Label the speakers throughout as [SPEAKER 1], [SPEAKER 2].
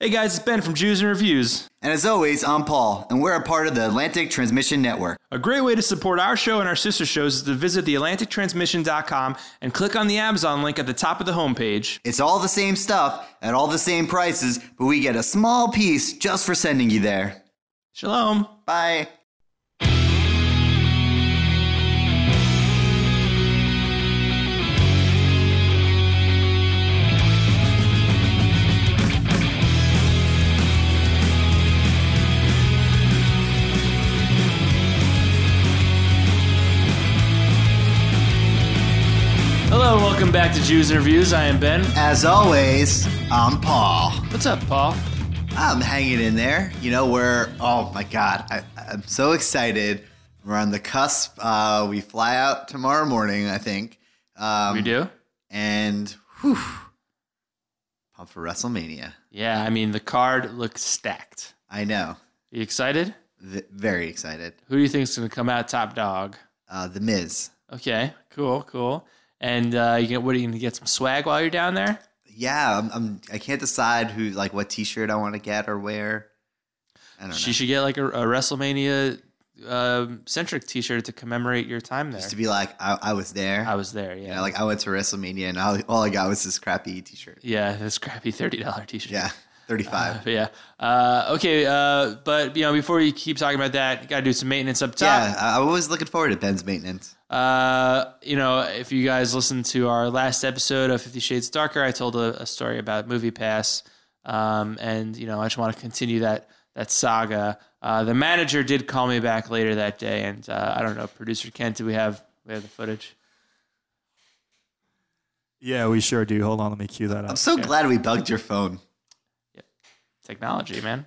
[SPEAKER 1] Hey guys, it's Ben from Jews and Reviews.
[SPEAKER 2] And as always, I'm Paul, and we're a part of the Atlantic Transmission Network.
[SPEAKER 1] A great way to support our show and our sister shows is to visit theatlantictransmission.com and click on the Amazon link at the top of the homepage.
[SPEAKER 2] It's all the same stuff at all the same prices, but we get a small piece just for sending you there.
[SPEAKER 1] Shalom.
[SPEAKER 2] Bye.
[SPEAKER 1] Hello, welcome back to Jews and Reviews. I am Ben.
[SPEAKER 2] As always, I'm Paul.
[SPEAKER 1] What's up, Paul?
[SPEAKER 2] I'm hanging in there. You know, we're, oh my God, I, I'm so excited. We're on the cusp. Uh, we fly out tomorrow morning, I think. Um,
[SPEAKER 1] We do?
[SPEAKER 2] And, whew, pumped for WrestleMania.
[SPEAKER 1] Yeah, I mean, the card looks stacked.
[SPEAKER 2] I know.
[SPEAKER 1] Are you excited?
[SPEAKER 2] V- very excited.
[SPEAKER 1] Who do you think's going to come out top dog?
[SPEAKER 2] Uh, the Miz.
[SPEAKER 1] Okay, cool, cool. And uh, you get what are you going to get some swag while you're down there?
[SPEAKER 2] yeah, I'm, I'm I can't decide who like what T-shirt I want to get or wear. I don't know.
[SPEAKER 1] She should get like a, a WrestleMania um, centric T-shirt to commemorate your time there.
[SPEAKER 2] Just to be like, I, I was there.
[SPEAKER 1] I was there. Yeah,
[SPEAKER 2] You know, like I went to WrestleMania, and all, all I got was this crappy T-shirt.
[SPEAKER 1] yeah, this crappy thirty dollar T-shirt.
[SPEAKER 2] Yeah, thirty-five.
[SPEAKER 1] But yeah. Uh, okay, uh, but you know, before you keep talking about that, you gotta do some maintenance up
[SPEAKER 2] yeah,
[SPEAKER 1] top.
[SPEAKER 2] I, I was looking forward to Ben's maintenance.
[SPEAKER 1] Uh, you know, if you guys listened to our last episode of Fifty Shades Darker, I told a, a story about Movie Pass, um, and you know, I just want to continue that that saga. Uh, the manager did call me back later that day, and uh, I don't know, producer Kent, do we have we have the footage?
[SPEAKER 3] Yeah, we sure do. Hold on, let me cue that
[SPEAKER 2] I'm
[SPEAKER 3] up.
[SPEAKER 2] so glad we bugged your phone.
[SPEAKER 1] Technology, man.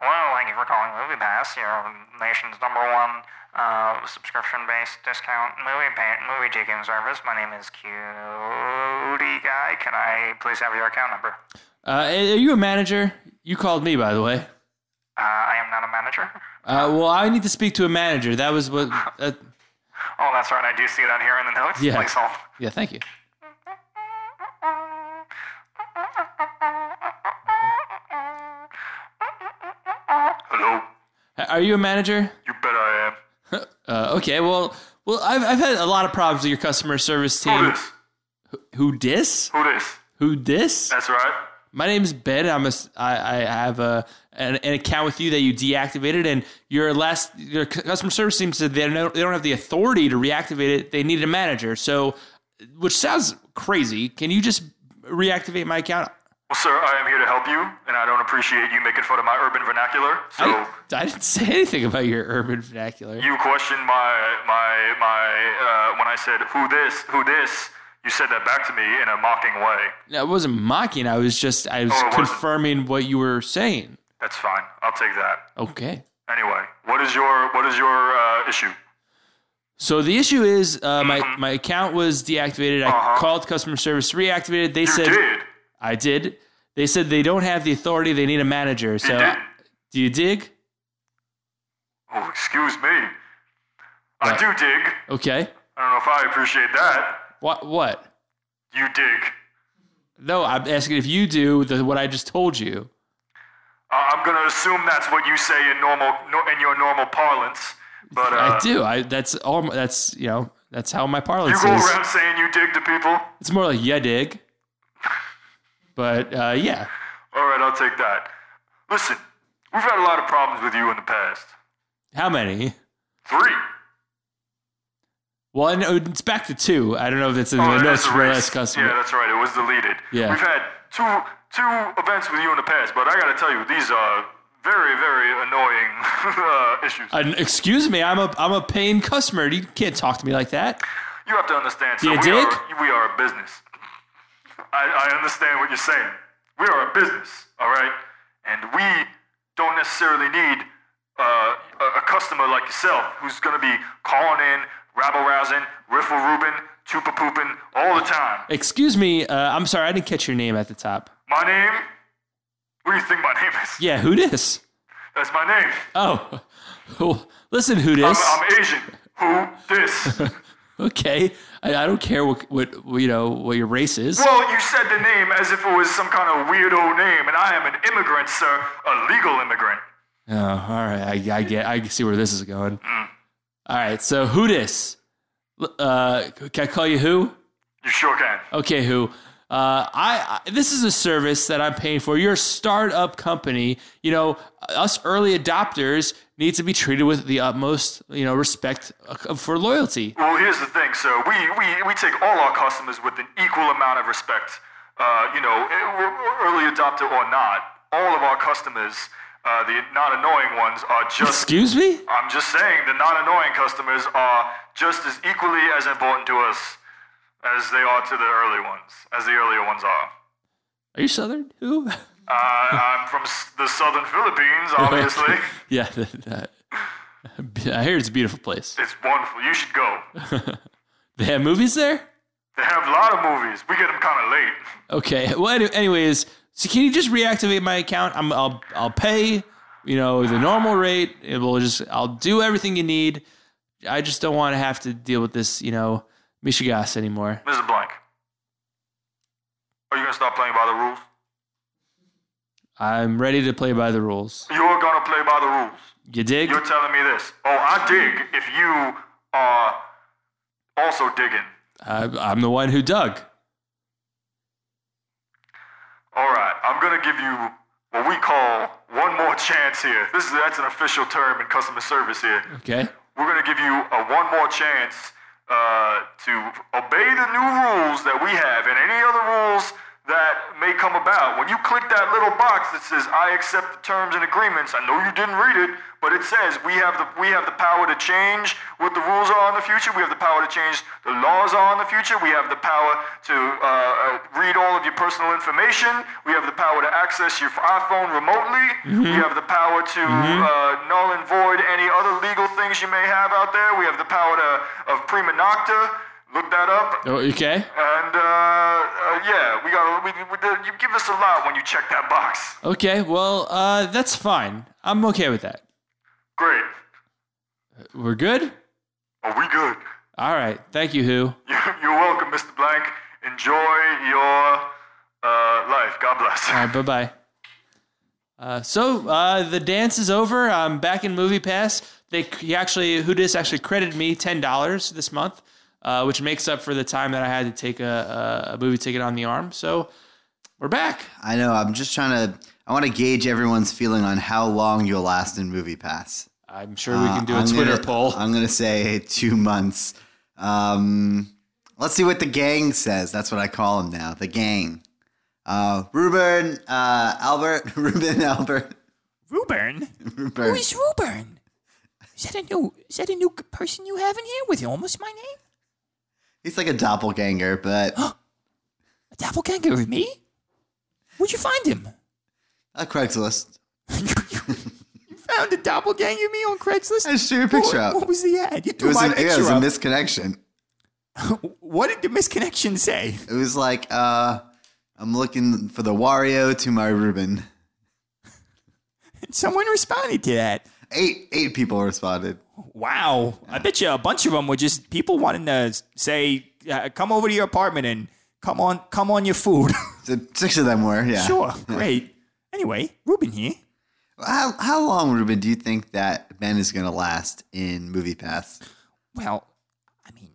[SPEAKER 4] Hello, thank you for calling MoviePass, your nation's number one uh, subscription-based discount movie pa- movie ticketing service. My name is Cutie Guy. Can I please have your account number?
[SPEAKER 1] Uh, are you a manager? You called me, by the way.
[SPEAKER 4] Uh, I am not a manager.
[SPEAKER 1] Uh, well, I need to speak to a manager. That was what. Uh,
[SPEAKER 4] Oh, that's right. I do see that here in the notes.
[SPEAKER 1] Yeah.
[SPEAKER 4] Please hold.
[SPEAKER 1] yeah, thank you.
[SPEAKER 4] Hello.
[SPEAKER 1] Are you a manager?
[SPEAKER 4] You bet I am.
[SPEAKER 1] Uh, okay, well, well, I've, I've had a lot of problems with your customer service team.
[SPEAKER 4] Who
[SPEAKER 1] Who dis?
[SPEAKER 4] this? Who this?
[SPEAKER 1] Who dis?
[SPEAKER 4] That's right.
[SPEAKER 1] My name's Ben. I'm a, s- I, I have a an, an account with you that you deactivated, and your last your cu- customer service team said they don't they don't have the authority to reactivate it. They needed a manager. So, which sounds crazy. Can you just reactivate my account?
[SPEAKER 4] Well, sir, I am here to help you, and I don't appreciate you making fun of my urban vernacular. So.
[SPEAKER 1] I, I didn't say anything about your urban vernacular.
[SPEAKER 4] You questioned my my my uh, when I said who this who this. You said that back to me in a mocking way.
[SPEAKER 1] No, I wasn't mocking. I was just I was
[SPEAKER 4] Oh, it wasn't.
[SPEAKER 1] confirming what you were saying.
[SPEAKER 4] That's fine. I'll take that.
[SPEAKER 1] Okay.
[SPEAKER 4] Anyway, what is your what is your uh, issue?
[SPEAKER 1] So the issue is uh, my my account was deactivated. I called customer service, reactivated. They
[SPEAKER 4] Uh-huh. You
[SPEAKER 1] said
[SPEAKER 4] did.
[SPEAKER 1] I did. They said they don't have the authority. They need a manager. So
[SPEAKER 4] did.
[SPEAKER 1] do you dig?
[SPEAKER 4] Oh, excuse me. I
[SPEAKER 1] What?
[SPEAKER 4] do dig.
[SPEAKER 1] Okay.
[SPEAKER 4] I don't know if I appreciate that.
[SPEAKER 1] What what?
[SPEAKER 4] You dig.
[SPEAKER 1] No, I'm asking if you do the, what I just told you.
[SPEAKER 4] Uh, I'm gonna assume that's what you say in normal nor in your normal parlance. But uh,
[SPEAKER 1] I do. I that's all. my- That's you know that's how my
[SPEAKER 4] you
[SPEAKER 1] parlance
[SPEAKER 4] go
[SPEAKER 1] is.
[SPEAKER 4] around saying you dig to people.
[SPEAKER 1] It's more like yeah dig. But uh, yeah.
[SPEAKER 4] All right, I'll take that. Listen, we've had a lot of problems with you in the past.
[SPEAKER 1] How many?
[SPEAKER 4] Three.
[SPEAKER 1] Well, I know it's back to two. I don't know if it's in
[SPEAKER 4] Oh,
[SPEAKER 1] the
[SPEAKER 4] it
[SPEAKER 1] notes
[SPEAKER 4] is a
[SPEAKER 1] for
[SPEAKER 4] race.
[SPEAKER 1] last customer.
[SPEAKER 4] Yeah, that's right. It was deleted.
[SPEAKER 1] Yeah.
[SPEAKER 4] We've had two two events with you in the past, but I got to tell you, these are very very annoying uh, issues.
[SPEAKER 1] Uh, excuse me, I'm a I'm a paying customer. You can't talk to me like that.
[SPEAKER 4] you have to understand. So
[SPEAKER 1] You
[SPEAKER 4] we
[SPEAKER 1] dig?
[SPEAKER 4] are we are a business. I, I understand what you're saying. We are a business, all right, and we don't necessarily need uh, a, a customer like yourself who's going to be calling in, rabble rousing, riffle roobin, chupa pooping all the time.
[SPEAKER 1] Excuse me, uh, I'm sorry, I didn't catch your name at the top.
[SPEAKER 4] My name? What do you think my name is?
[SPEAKER 1] Yeah, who dis?
[SPEAKER 4] That's my name.
[SPEAKER 1] Oh, Who- listen, who dis?
[SPEAKER 4] I'm, I'm Asian. Who this?
[SPEAKER 1] okay, I, I don't care what, what you know what your race is.
[SPEAKER 4] Well, you said the name as if it was some kind of weirdo name, and I am an immigrant, sir, a legal immigrant.
[SPEAKER 1] Oh, all right. I, I get. I see where this is going.
[SPEAKER 4] Mm.
[SPEAKER 1] All right. So who this? Uh, can I call you who?
[SPEAKER 4] You sure can.
[SPEAKER 1] Okay, who? Uh, I, I this is a service that I'm paying for. You're a startup company. You know, us early adopters need to be treated with the utmost, you know, respect uh, for loyalty.
[SPEAKER 4] Well, here's the thing, sir. We, we, we take all our customers with an equal amount of respect. Uh, you know, e- e- early adopter or not, all of our customers, uh, the not annoying ones, are just.
[SPEAKER 1] Excuse me?
[SPEAKER 4] I'm just saying, the non annoying customers are just as equally as important to us as they are to the early ones, as the earlier ones are.
[SPEAKER 1] Are you Southern? Who?
[SPEAKER 4] Uh, I'm from s- the southern Philippines, obviously.
[SPEAKER 1] yeah. that- that- I hear it's a beautiful place.
[SPEAKER 4] it's wonderful. You should go.
[SPEAKER 1] They have movies there.
[SPEAKER 4] They have a lot of movies. We get them kind of late.
[SPEAKER 1] Okay. Well, any- anyways, so can you just reactivate my account? I'm, I'll I'll pay, you know, the normal rate. It will just I'll do everything you need. I just don't want to have to deal with this, you know, Michigas anymore.
[SPEAKER 4] Mrs. Blank, are you going to stop playing by the rules?
[SPEAKER 1] I'm ready to play by the rules.
[SPEAKER 4] You're going to play by the rules.
[SPEAKER 1] You dig?
[SPEAKER 4] You're telling me this. Oh, I dig if you are also digging.
[SPEAKER 1] I, I'm the one who dug.
[SPEAKER 4] All right, I'm going to give you what we call one more chance here. This is that's an official term in customer service here.
[SPEAKER 1] Okay.
[SPEAKER 4] We're going to give you a one more chance uh, to obey the new rules that we have and any other rules that may come about. When you click that little box that says "I accept the terms and agreements," I know you didn't read it, but it says we have the we have the power to change what the rules are in the future. We have the power to change the laws are in the future. We have the power to uh, uh, read all of your personal information. We have the power to access your iPhone remotely. We have the power to uh, null and void any other legal things you may have out there. We have the power to of prima nocta. Look that up.
[SPEAKER 1] Oh, okay.
[SPEAKER 4] And uh, uh, yeah, we got. We, we, you give us a lot when you check that box.
[SPEAKER 1] Okay. Well, uh, that's fine. I'm okay with that.
[SPEAKER 4] Great.
[SPEAKER 1] We're good.
[SPEAKER 4] Are we good?
[SPEAKER 1] All right. Thank you, Who.
[SPEAKER 4] You're, you're welcome, Mr. Blank. Enjoy your uh, life. God bless.
[SPEAKER 1] All right, bye bye. Uh, so uh, the dance is over. I'm back in Movie Pass. They he actually Hoodis actually credited me ten dollars this month, uh, which makes up for the time that I had to take a, a, a movie ticket on the arm. So we're back.
[SPEAKER 2] I know. I'm just trying to. I want to gauge everyone's feeling on how long you'll last in Movie Pass.
[SPEAKER 1] I'm sure we can do a
[SPEAKER 2] Uh, I'm
[SPEAKER 1] Twitter
[SPEAKER 2] gonna-
[SPEAKER 1] poll.
[SPEAKER 2] I'm gonna say two months. Um, let's see what the gang says. That's what I call them now. The gang. Uh, Ruben, uh, Albert, Ruben, Albert,
[SPEAKER 3] Ruben?
[SPEAKER 2] Ruben.
[SPEAKER 5] Who is Ruben? Is that a new is that a new person you have in here with almost my name?
[SPEAKER 2] He's like a doppelganger, but
[SPEAKER 5] A doppelganger with me? Where'd you find him?
[SPEAKER 2] a Craigslist.
[SPEAKER 5] You found a doppelganger of me on Craigslist?
[SPEAKER 2] I just threw your picture
[SPEAKER 5] what,
[SPEAKER 2] up.
[SPEAKER 5] What was the ad? You
[SPEAKER 2] It
[SPEAKER 5] threw
[SPEAKER 2] was,
[SPEAKER 5] my
[SPEAKER 2] an, yeah, it
[SPEAKER 5] picture
[SPEAKER 2] was a
[SPEAKER 5] up.
[SPEAKER 2] misconnection.
[SPEAKER 5] what did the misconnection say?
[SPEAKER 2] It was like, uh, I'm looking for the Wario to my Ruben.
[SPEAKER 5] Someone responded to that.
[SPEAKER 2] Eight, eight people responded.
[SPEAKER 5] Wow. I bet you a bunch of them were just people wanting to say, uh, come over to your apartment and come on, come on your food.
[SPEAKER 2] So six of them were, yeah.
[SPEAKER 5] sure. Great. Anyway, Ruben here.
[SPEAKER 2] How, how long, Ruben, do you think that Ben is going to last in Movie Pass?
[SPEAKER 5] Well, I mean,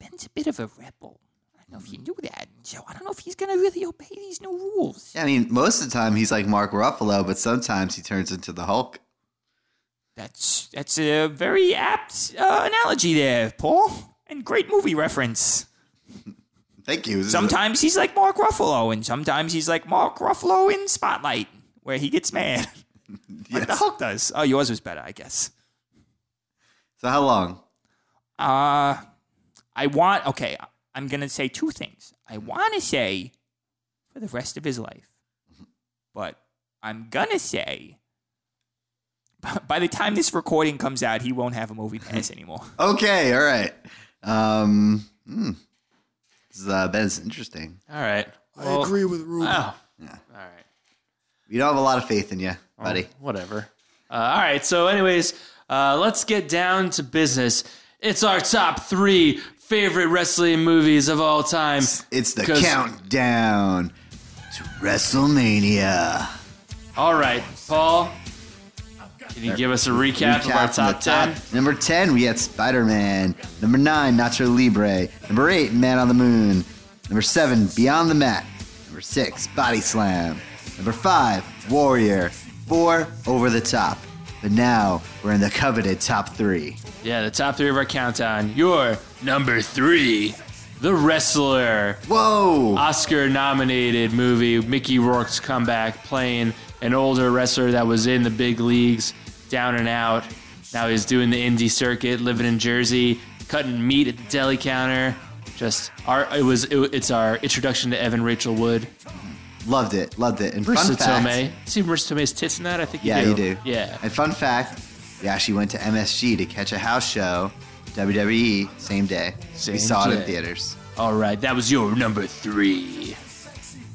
[SPEAKER 5] Ben's a bit of a rebel. I don't know if you knew that. So I don't know if he's going to really obey these new rules.
[SPEAKER 2] Yeah, I mean, most of the time he's like Mark Ruffalo, but sometimes he turns into the Hulk.
[SPEAKER 5] That's that's a very apt uh, analogy there, Paul. And great movie reference.
[SPEAKER 2] Thank you. This is a-
[SPEAKER 5] Sometimes he's like Mark Ruffalo, and sometimes he's like Mark Ruffalo in Spotlight, where he gets mad. Like the
[SPEAKER 2] Yes.
[SPEAKER 5] Hulk does. Oh, yours was better, I guess.
[SPEAKER 2] So how long?
[SPEAKER 5] Uh, I want, okay, I'm going to say two things. I want to say for the rest of his life, but I'm going to say b- by the time this recording comes out, he won't have a movie pass anymore.
[SPEAKER 2] Okay, all right. Um, hmm. This is, uh, Ben's interesting.
[SPEAKER 1] all right. Well, oh,
[SPEAKER 3] with Ruben.
[SPEAKER 1] Wow. All right.
[SPEAKER 2] We don't have a lot of faith in you, buddy.
[SPEAKER 1] Whatever. Uh, all right. So, anyways, uh, let's get down to business. It's our top three favorite wrestling movies of all time.
[SPEAKER 2] It's the
[SPEAKER 1] 'Cause-
[SPEAKER 2] countdown to WrestleMania.
[SPEAKER 1] All right, Paul, can you give us a recap, of our
[SPEAKER 2] Recap from
[SPEAKER 1] top ten?
[SPEAKER 2] the Number 10, we had Spider Man. Number 9, Nacho Libre. Number 8, Man on the Moon. Number 7, Beyond the Mat. Number 6, Body Slam. Number 5, Warrior. 4, Over the Top. But now we're in the coveted top 3.
[SPEAKER 1] Yeah, the top three of our countdown. Your number three, The Wrestler.
[SPEAKER 2] Whoa!
[SPEAKER 1] Oscar nominated movie, Mickey Rourke's comeback, playing an older wrestler that was in the big leagues, down and out. Now he's doing the indie circuit, living in Jersey, cutting meat at the deli counter. Just our it was it, it's our introduction to Evan Rachel Wood.
[SPEAKER 2] Loved it. Loved it. And
[SPEAKER 1] Marissa
[SPEAKER 2] fun fact,
[SPEAKER 1] Tomei. See Marissa Tomei's tits in that? I think you
[SPEAKER 2] Yeah,
[SPEAKER 1] do.
[SPEAKER 2] you do.
[SPEAKER 1] Yeah.
[SPEAKER 2] And fun fact, we actually went to MSG to catch a house show, WWE, same day.
[SPEAKER 1] Same
[SPEAKER 2] we saw it in
[SPEAKER 1] day.
[SPEAKER 2] theaters.
[SPEAKER 1] All right, that was your number three.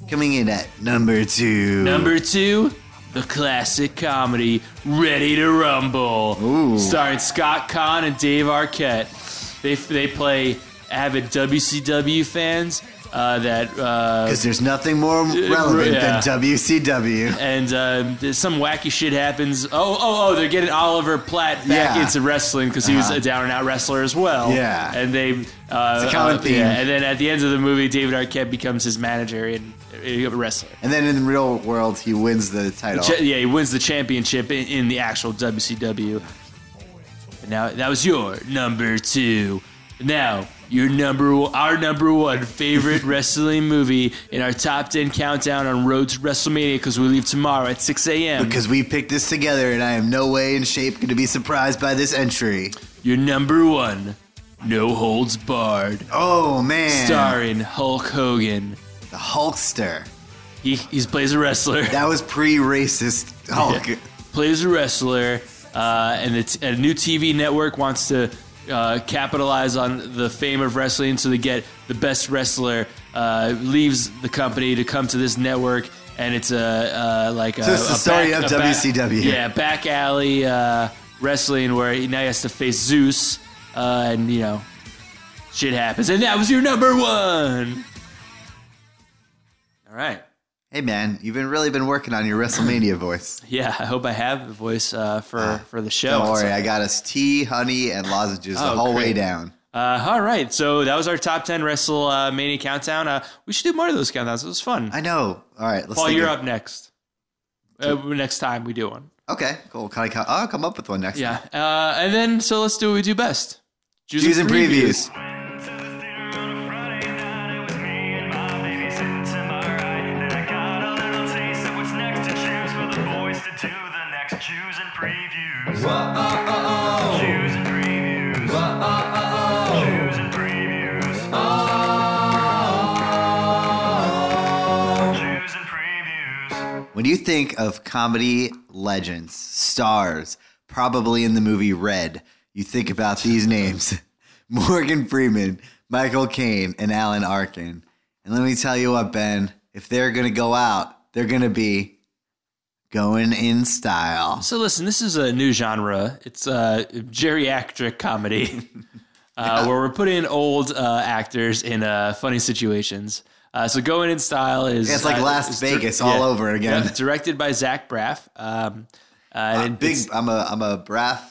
[SPEAKER 2] Coming in at number two.
[SPEAKER 1] Number two, the classic comedy Ready to Rumble,
[SPEAKER 2] Ooh.
[SPEAKER 1] starring Scott Kahn and Dave Arquette. They they play avid WCW fans uh, that uh,
[SPEAKER 2] Because there's nothing more relevant
[SPEAKER 1] yeah.
[SPEAKER 2] than WCW.
[SPEAKER 1] and uh, there's some wacky shit happens. Oh oh oh, they're getting Oliver Platt back
[SPEAKER 2] Yeah. Uh-huh.
[SPEAKER 1] into wrestling because he was a down and out wrestler as well.
[SPEAKER 2] Yeah.
[SPEAKER 1] and they uh,
[SPEAKER 2] It's a common
[SPEAKER 1] uh,
[SPEAKER 2] theme.
[SPEAKER 1] Yeah, and then at the end of the movie, David Arquette becomes his manager and a wrestler.
[SPEAKER 2] And then in the real world, he wins the title.
[SPEAKER 1] Ch- yeah, he wins the championship in, in the actual WCW. And now that was your number two. Now your number, o- our number one favorite wrestling movie in our top ten countdown on Road to WrestleMania because we leave tomorrow at six a.m.
[SPEAKER 2] Because we picked this together, and I am no way in shape going to be surprised by this entry.
[SPEAKER 1] your number one, No Holds Barred,
[SPEAKER 2] Oh, man.
[SPEAKER 1] starring Hulk Hogan.
[SPEAKER 2] The Hulkster.
[SPEAKER 1] He he plays a wrestler.
[SPEAKER 2] That was pre racist Hulk.
[SPEAKER 1] Yeah. plays a wrestler, uh, and it's, a new TV network wants to uh, capitalize on the fame of wrestling, so they get the best wrestler uh, leaves the company to come to this network, and it's a uh, like a,
[SPEAKER 2] So it's the
[SPEAKER 1] a
[SPEAKER 2] story
[SPEAKER 1] back-
[SPEAKER 2] of
[SPEAKER 1] a back-
[SPEAKER 2] WCW.
[SPEAKER 1] yeah, back alley uh, wrestling where he now he has to face Zeus, uh, and you know. Shit happens, and that was your number one. All right.
[SPEAKER 2] Hey, man, you've been really been working on your WrestleMania voice.
[SPEAKER 1] Yeah, I hope I have the voice uh, for for the show.
[SPEAKER 2] Don't worry, I got us tea, honey, and lozenges the
[SPEAKER 1] Oh,
[SPEAKER 2] whole way
[SPEAKER 1] great.
[SPEAKER 2] down.
[SPEAKER 1] Uh, all right, so that was our top ten WrestleMania Mania countdown. Uh, we should do more of those countdowns. It was fun.
[SPEAKER 2] I know. All right, let's.
[SPEAKER 1] Paul,
[SPEAKER 2] think
[SPEAKER 1] you're
[SPEAKER 2] of-
[SPEAKER 1] up next. Uh, next time we do one.
[SPEAKER 2] Okay, cool. Can I come? I'll come up with one next.
[SPEAKER 1] Yeah, uh, and then so let's do what we do best. Jews
[SPEAKER 2] News and previews. When you think of comedy legends, stars, probably in the movie Red, you think about these names Morgan Freeman, Michael Caine, and Alan Arkin. And let me tell you what, Ben, if they're going to go out, they're going to be going in style.
[SPEAKER 1] So listen, this is a new genre. It's uh, geriatric comedy, uh, where we're putting old uh, actors in uh, funny situations. Uh, so going in style is
[SPEAKER 2] It's like
[SPEAKER 1] uh,
[SPEAKER 2] Las
[SPEAKER 1] is
[SPEAKER 2] Vegas all over again.
[SPEAKER 1] Yeah, directed by Zach Braff. Um, uh, and
[SPEAKER 2] Ah, Big,
[SPEAKER 1] it's-
[SPEAKER 2] I'm a, I'm a braff.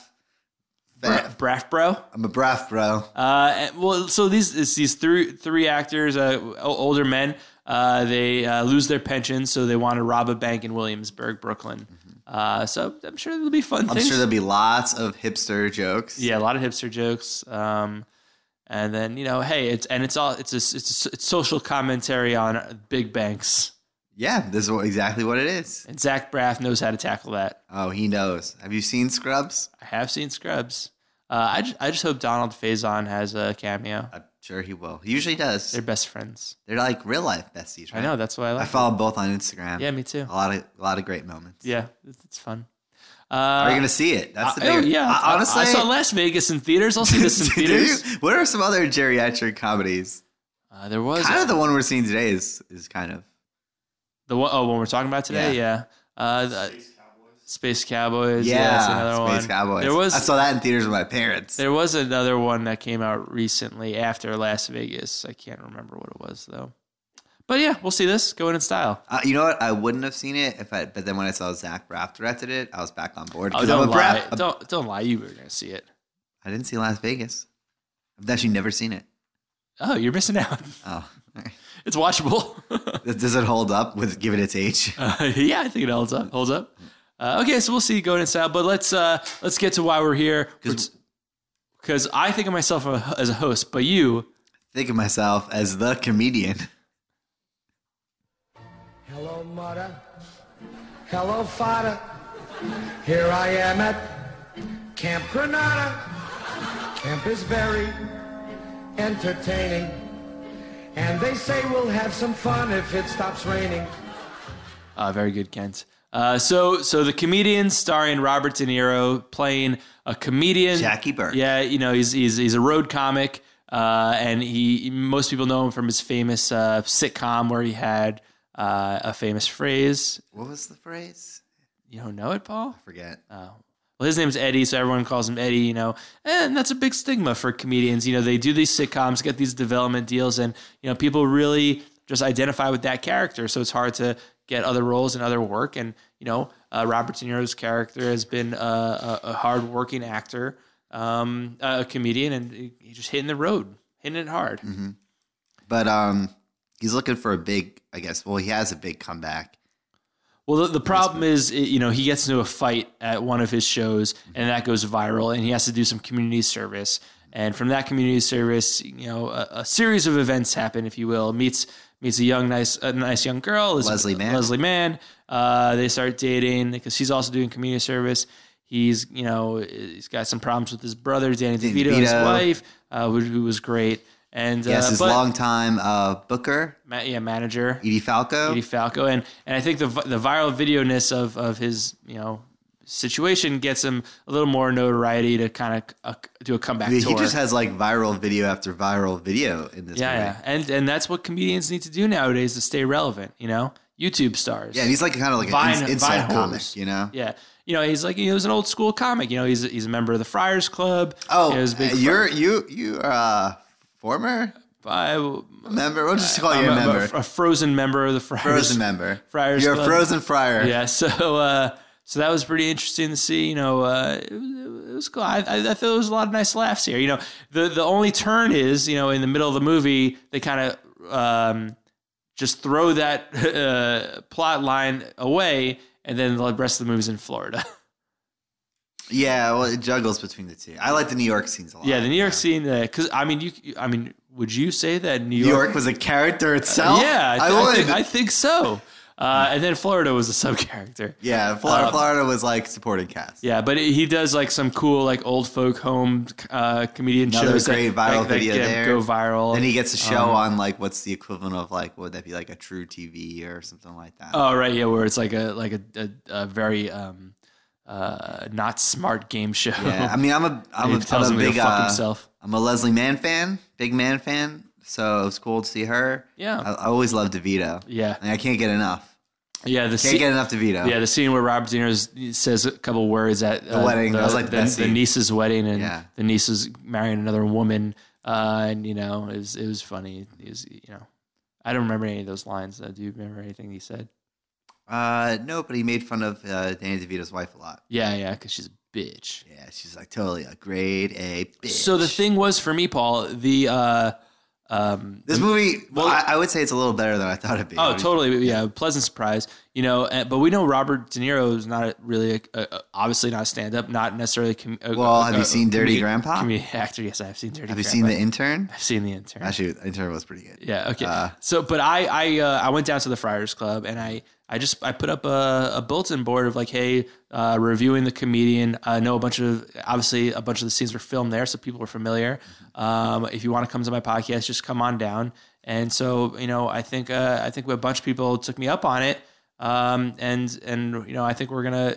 [SPEAKER 1] Bra- Braff bro.
[SPEAKER 2] I'm a braff, bro.
[SPEAKER 1] Uh, and- well, so these it's these three three actors, uh, o- older men, uh, they uh, lose their pensions, so they want to rob a bank in Williamsburg, Brooklyn. Uh, so I'm sure it'll be fun.
[SPEAKER 2] Mm-hmm. I'm
[SPEAKER 1] things.
[SPEAKER 2] sure there'll be lots of hipster jokes.
[SPEAKER 1] yeah, a lot of hipster jokes. Um, and then you know, hey, it's and it's all it's a, it's a, it's social commentary on uh, big banks,
[SPEAKER 2] Yeah, this is what, exactly what it is.
[SPEAKER 1] and Zach Braff knows how to tackle that.
[SPEAKER 2] Oh, he knows. Have you seen Scrubs?
[SPEAKER 1] I have seen Scrubs. Uh, I, just, I just hope Donald Faison has a cameo.
[SPEAKER 2] I'm sure he will. He usually does.
[SPEAKER 1] They're
[SPEAKER 2] They're,
[SPEAKER 1] best friends.
[SPEAKER 2] like real life besties, right?
[SPEAKER 1] I know that's why I
[SPEAKER 2] I
[SPEAKER 1] like.
[SPEAKER 2] follow them both on Instagram.
[SPEAKER 1] it. Yeah, me too.
[SPEAKER 2] A lot of a lot of great moments.
[SPEAKER 1] Yeah, it's it's fun. Uh,
[SPEAKER 2] Are you gonna see it? That's the
[SPEAKER 1] I- oh,
[SPEAKER 2] bigger.
[SPEAKER 1] yeah.
[SPEAKER 2] I- Uh, honestly,
[SPEAKER 1] I, saw Las Vegas in theaters. I'll see this in
[SPEAKER 2] do
[SPEAKER 1] theaters.
[SPEAKER 2] you- what are some other geriatric comedies?
[SPEAKER 1] Uh, there was
[SPEAKER 2] Kind of the one we're seeing today is is kind of
[SPEAKER 1] the one, oh, one we're talking about today. Yeah. Uh, the, Space Cowboys.
[SPEAKER 2] Yeah,
[SPEAKER 1] that's another
[SPEAKER 2] Space
[SPEAKER 1] one.
[SPEAKER 2] Cowboys.
[SPEAKER 1] There was
[SPEAKER 2] I saw that in theaters with my parents.
[SPEAKER 1] there was another one that came out recently after Las Vegas. I can't remember what it was though. But yeah, we'll see this going in style.
[SPEAKER 2] Uh, you know what? I wouldn't have seen it if I. But then when I saw Zach Braff directed it, I was back on board.
[SPEAKER 1] Oh,
[SPEAKER 2] 'cause I'm
[SPEAKER 1] don't
[SPEAKER 2] a
[SPEAKER 1] lie!
[SPEAKER 2] Braff-
[SPEAKER 1] Don't don't lie. You were gonna see it.
[SPEAKER 2] I didn't see Las Vegas. I've actually never seen it.
[SPEAKER 1] Oh, you're missing out.
[SPEAKER 2] Oh, all right.
[SPEAKER 1] It's watchable.
[SPEAKER 2] does does it hold up with given its age?
[SPEAKER 1] Uh, yeah, I think it holds up. Holds up. Uh, okay, so we'll see going in style. But let's uh, let's get to why we're here
[SPEAKER 2] 'Cause-
[SPEAKER 1] because I think of myself as a host, but you
[SPEAKER 2] Think of myself as the comedian.
[SPEAKER 6] Hello, mother. Hello, father. Here I am at Camp Granada. Camp is very entertaining. And they say we'll have some fun if it stops raining.
[SPEAKER 1] Uh, very good, Kent. Uh, so, so the comedian starring Robert De Niro playing a comedian,
[SPEAKER 2] Jackie Burke.
[SPEAKER 1] Yeah, you know he's he's, he's a road comic, uh, and he most people know him from his famous uh, sitcom where he had uh, a famous phrase.
[SPEAKER 2] What was the phrase?
[SPEAKER 1] You don't know it, Paul?
[SPEAKER 2] Forget.
[SPEAKER 1] Uh, Well, his name's Eddie, so everyone calls him Eddie, you know, and that's a big stigma for comedians. You know, they do these sitcoms, get these development deals, and, you know, people really just identify with that character. So it's hard to get other roles and other work. And, you know, uh, Robert De Niro's character has been uh, a, a hardworking actor, um, a comedian, and he- he's just hitting the road, hitting it hard.
[SPEAKER 2] But um, he's looking for a big. I guess. Well, he has a big comeback.
[SPEAKER 1] Well, the, the problem is, i- you know, he gets into a fight at one of his shows, and that goes viral, and he has to do some community service. And from that community service, you know, a, a series of events happen, if you will. Meets meets a young, nice, a nice young girl, is-
[SPEAKER 2] Leslie Mann.
[SPEAKER 1] Leslie Mann. Uh, they start dating because she's also doing community service. He's, you know, he's got some problems with his brother, Danny
[SPEAKER 2] Danny
[SPEAKER 1] DeVito, and his
[SPEAKER 2] DeVito.
[SPEAKER 1] wife, uh, who, who was great. And
[SPEAKER 2] Yes,
[SPEAKER 1] uh,
[SPEAKER 2] his
[SPEAKER 1] but-
[SPEAKER 2] longtime uh, booker,
[SPEAKER 1] ma- yeah, manager.
[SPEAKER 2] Edie Falco.
[SPEAKER 1] Eddie Falco, and and I think the vi- the viral videoness of of his you know situation gets him a little more notoriety to kind of uh, do a comeback
[SPEAKER 2] I mean,
[SPEAKER 1] tour.
[SPEAKER 2] he just has like viral video after viral video in this
[SPEAKER 1] yeah,
[SPEAKER 2] movie.
[SPEAKER 1] yeah, and and that's what comedians need to do nowadays to stay relevant. You know, YouTube stars.
[SPEAKER 2] Yeah, and he's like kind of like
[SPEAKER 1] Vine-
[SPEAKER 2] an ins- inside
[SPEAKER 1] Vine
[SPEAKER 2] comic,
[SPEAKER 1] hoes.
[SPEAKER 2] you know.
[SPEAKER 1] yeah. You know, he's like he was an old school comic. You know, he's he's a member of the Friars Club.
[SPEAKER 2] Oh,
[SPEAKER 1] you know, he's a big
[SPEAKER 2] uh, you're you you uh former
[SPEAKER 1] I,
[SPEAKER 2] member. We'll just call
[SPEAKER 1] am
[SPEAKER 2] you a
[SPEAKER 1] a,
[SPEAKER 2] member.
[SPEAKER 1] a frozen member of the Friars.
[SPEAKER 2] frozen member.
[SPEAKER 1] Friars
[SPEAKER 2] You're
[SPEAKER 1] Club.
[SPEAKER 2] a frozen friar.
[SPEAKER 1] Yeah, so uh, so that was pretty interesting to see. You know, uh, it, was, it was cool. I, I, I thought there was a lot of nice laughs here. You know, the the only turn is you know in the middle of the movie they kind of um, just throw that uh, plot line away, and then the rest of the movie's in Florida.
[SPEAKER 2] Yeah, well, it juggles between the two. I like the New York scenes a lot.
[SPEAKER 1] yeah, the New York scene. Because I mean, you, you- I mean, would you say that New
[SPEAKER 2] New
[SPEAKER 1] York? Uh,
[SPEAKER 2] York was a character itself.
[SPEAKER 1] yeah, I,
[SPEAKER 2] I,
[SPEAKER 1] th- I
[SPEAKER 2] would.
[SPEAKER 1] think, I think so. Uh, and then Florida was a sub character.
[SPEAKER 2] yeah, Florida, Florida was like supporting cast.
[SPEAKER 1] Um, Yeah, but he does like some cool like old folk home uh, comedian
[SPEAKER 2] Another
[SPEAKER 1] shows
[SPEAKER 2] great
[SPEAKER 1] that,
[SPEAKER 2] viral
[SPEAKER 1] that- that
[SPEAKER 2] video
[SPEAKER 1] get-
[SPEAKER 2] there.
[SPEAKER 1] go viral.
[SPEAKER 2] Then he gets a show
[SPEAKER 1] um,
[SPEAKER 2] on like what's the equivalent of like what would that be like a True TV or something like that.
[SPEAKER 1] oh right, yeah, where it's like a like a, a, a very um, uh, not smart game show.
[SPEAKER 2] Yeah, I mean, I'm a I'm
[SPEAKER 1] He
[SPEAKER 2] a,
[SPEAKER 1] tells him
[SPEAKER 2] I'm a
[SPEAKER 1] to go
[SPEAKER 2] big
[SPEAKER 1] fuck
[SPEAKER 2] uh,
[SPEAKER 1] himself.
[SPEAKER 2] I'm a Leslie Mann fan, big Mann fan. So it was cool to see her.
[SPEAKER 1] Yeah.
[SPEAKER 2] I, I always loved DeVito.
[SPEAKER 1] Yeah.
[SPEAKER 2] Like, I can't get enough.
[SPEAKER 1] yeah, the
[SPEAKER 2] Can't
[SPEAKER 1] scene-
[SPEAKER 2] get enough DeVito.
[SPEAKER 1] yeah the scene where Robert De Niro says a couple words at the
[SPEAKER 2] wedding.
[SPEAKER 1] the,
[SPEAKER 2] That was, like, the
[SPEAKER 1] the,
[SPEAKER 2] best
[SPEAKER 1] the
[SPEAKER 2] scene.
[SPEAKER 1] niece's wedding, and
[SPEAKER 2] Yeah.
[SPEAKER 1] the niece is marrying another woman, uh, and you know it was it was funny. It was you know I don't remember any of those lines. Uh, do you remember anything he said?
[SPEAKER 2] Uh, no, but he made fun of uh, Danny DeVito's wife a lot.
[SPEAKER 1] Yeah, yeah, because she's a bitch.
[SPEAKER 2] Yeah, she's like totally a grade A bitch.
[SPEAKER 1] So the thing was for me, Paul, the uh, um,
[SPEAKER 2] This movie,
[SPEAKER 1] Well-
[SPEAKER 2] well, I, I would say it's a little better than I thought it'd be.
[SPEAKER 1] oh, totally, yeah, pleasant surprise, you know. and- But we know Robert De Niro is not a- really, a, a, a- obviously not a stand up, not necessarily. a Com- a-
[SPEAKER 2] Well,
[SPEAKER 1] a-
[SPEAKER 2] have you
[SPEAKER 1] a-
[SPEAKER 2] seen Dirty
[SPEAKER 1] comedic-
[SPEAKER 2] Grandpa?
[SPEAKER 1] Comedic actor, yes, I've seen Dirty.
[SPEAKER 2] Have you
[SPEAKER 1] Grandpa.
[SPEAKER 2] seen The Intern?
[SPEAKER 1] I've seen the intern.
[SPEAKER 2] Actually, The Intern was pretty good.
[SPEAKER 1] Yeah. Okay.
[SPEAKER 2] Uh,
[SPEAKER 1] so, but I I uh, I went down to the Friars Club and I I just I put up a, a bulletin board of like, hey, uh, reviewing the comedian. I know a bunch of obviously a bunch of the scenes were filmed there, so people were familiar. Um, if you want to come to my podcast, just come on down. And so you know, I think uh, I think a bunch of people took me up on it. Um, and and you know, I think we're gonna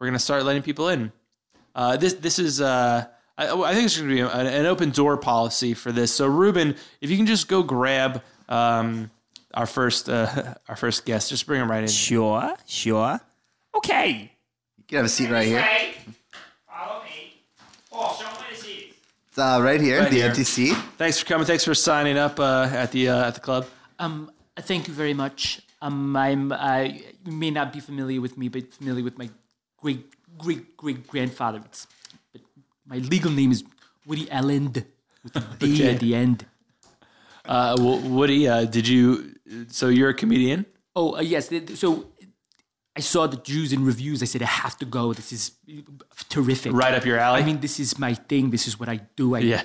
[SPEAKER 1] we're gonna start letting people in. Uh, this this is uh, I, I think it's going to be an, an open door policy for this. So Ruben, if you can just go grab um, our first uh, our first guest, just bring him right in.
[SPEAKER 5] Sure, sure. Okay.
[SPEAKER 2] can have a seat right here.
[SPEAKER 5] Say, follow me. Paul, show them where the seat is.
[SPEAKER 2] It's uh, right here,
[SPEAKER 1] Right
[SPEAKER 2] the
[SPEAKER 1] here.
[SPEAKER 2] empty seat.
[SPEAKER 1] Thanks for coming. Thanks for signing up uh, at the uh, at the club.
[SPEAKER 7] Um, thank you very much. Um, I'm. I you may not be familiar with me, but familiar with my great great great grandfather. It's, but my legal name is Woody Allen with a D
[SPEAKER 1] Okay.
[SPEAKER 7] at the end.
[SPEAKER 1] Uh, Wo- Woody, uh, did you? So you're a comedian.
[SPEAKER 7] Oh uh, yes. th- So I saw the Jews in reviews. I said I have to go. This is terrific.
[SPEAKER 1] Right up your alley?
[SPEAKER 7] I mean, this is my thing. This is what I do. I,
[SPEAKER 1] Yeah.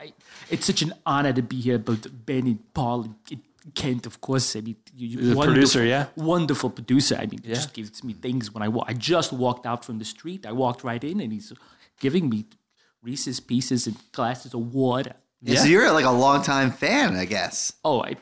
[SPEAKER 7] I, I, it's such an honor to be here. But Ben and Paul and K- Kent, of course. I mean, you, you-
[SPEAKER 1] The
[SPEAKER 7] wonderful-
[SPEAKER 1] producer, yeah.
[SPEAKER 7] wonderful producer. I mean, it just gives me things when I walk. I just walked out from the street. I walked right in, and he's giving me Reese's Pieces and glasses of water.
[SPEAKER 2] Yeah. So you're like a longtime fan, I guess.
[SPEAKER 7] Oh, I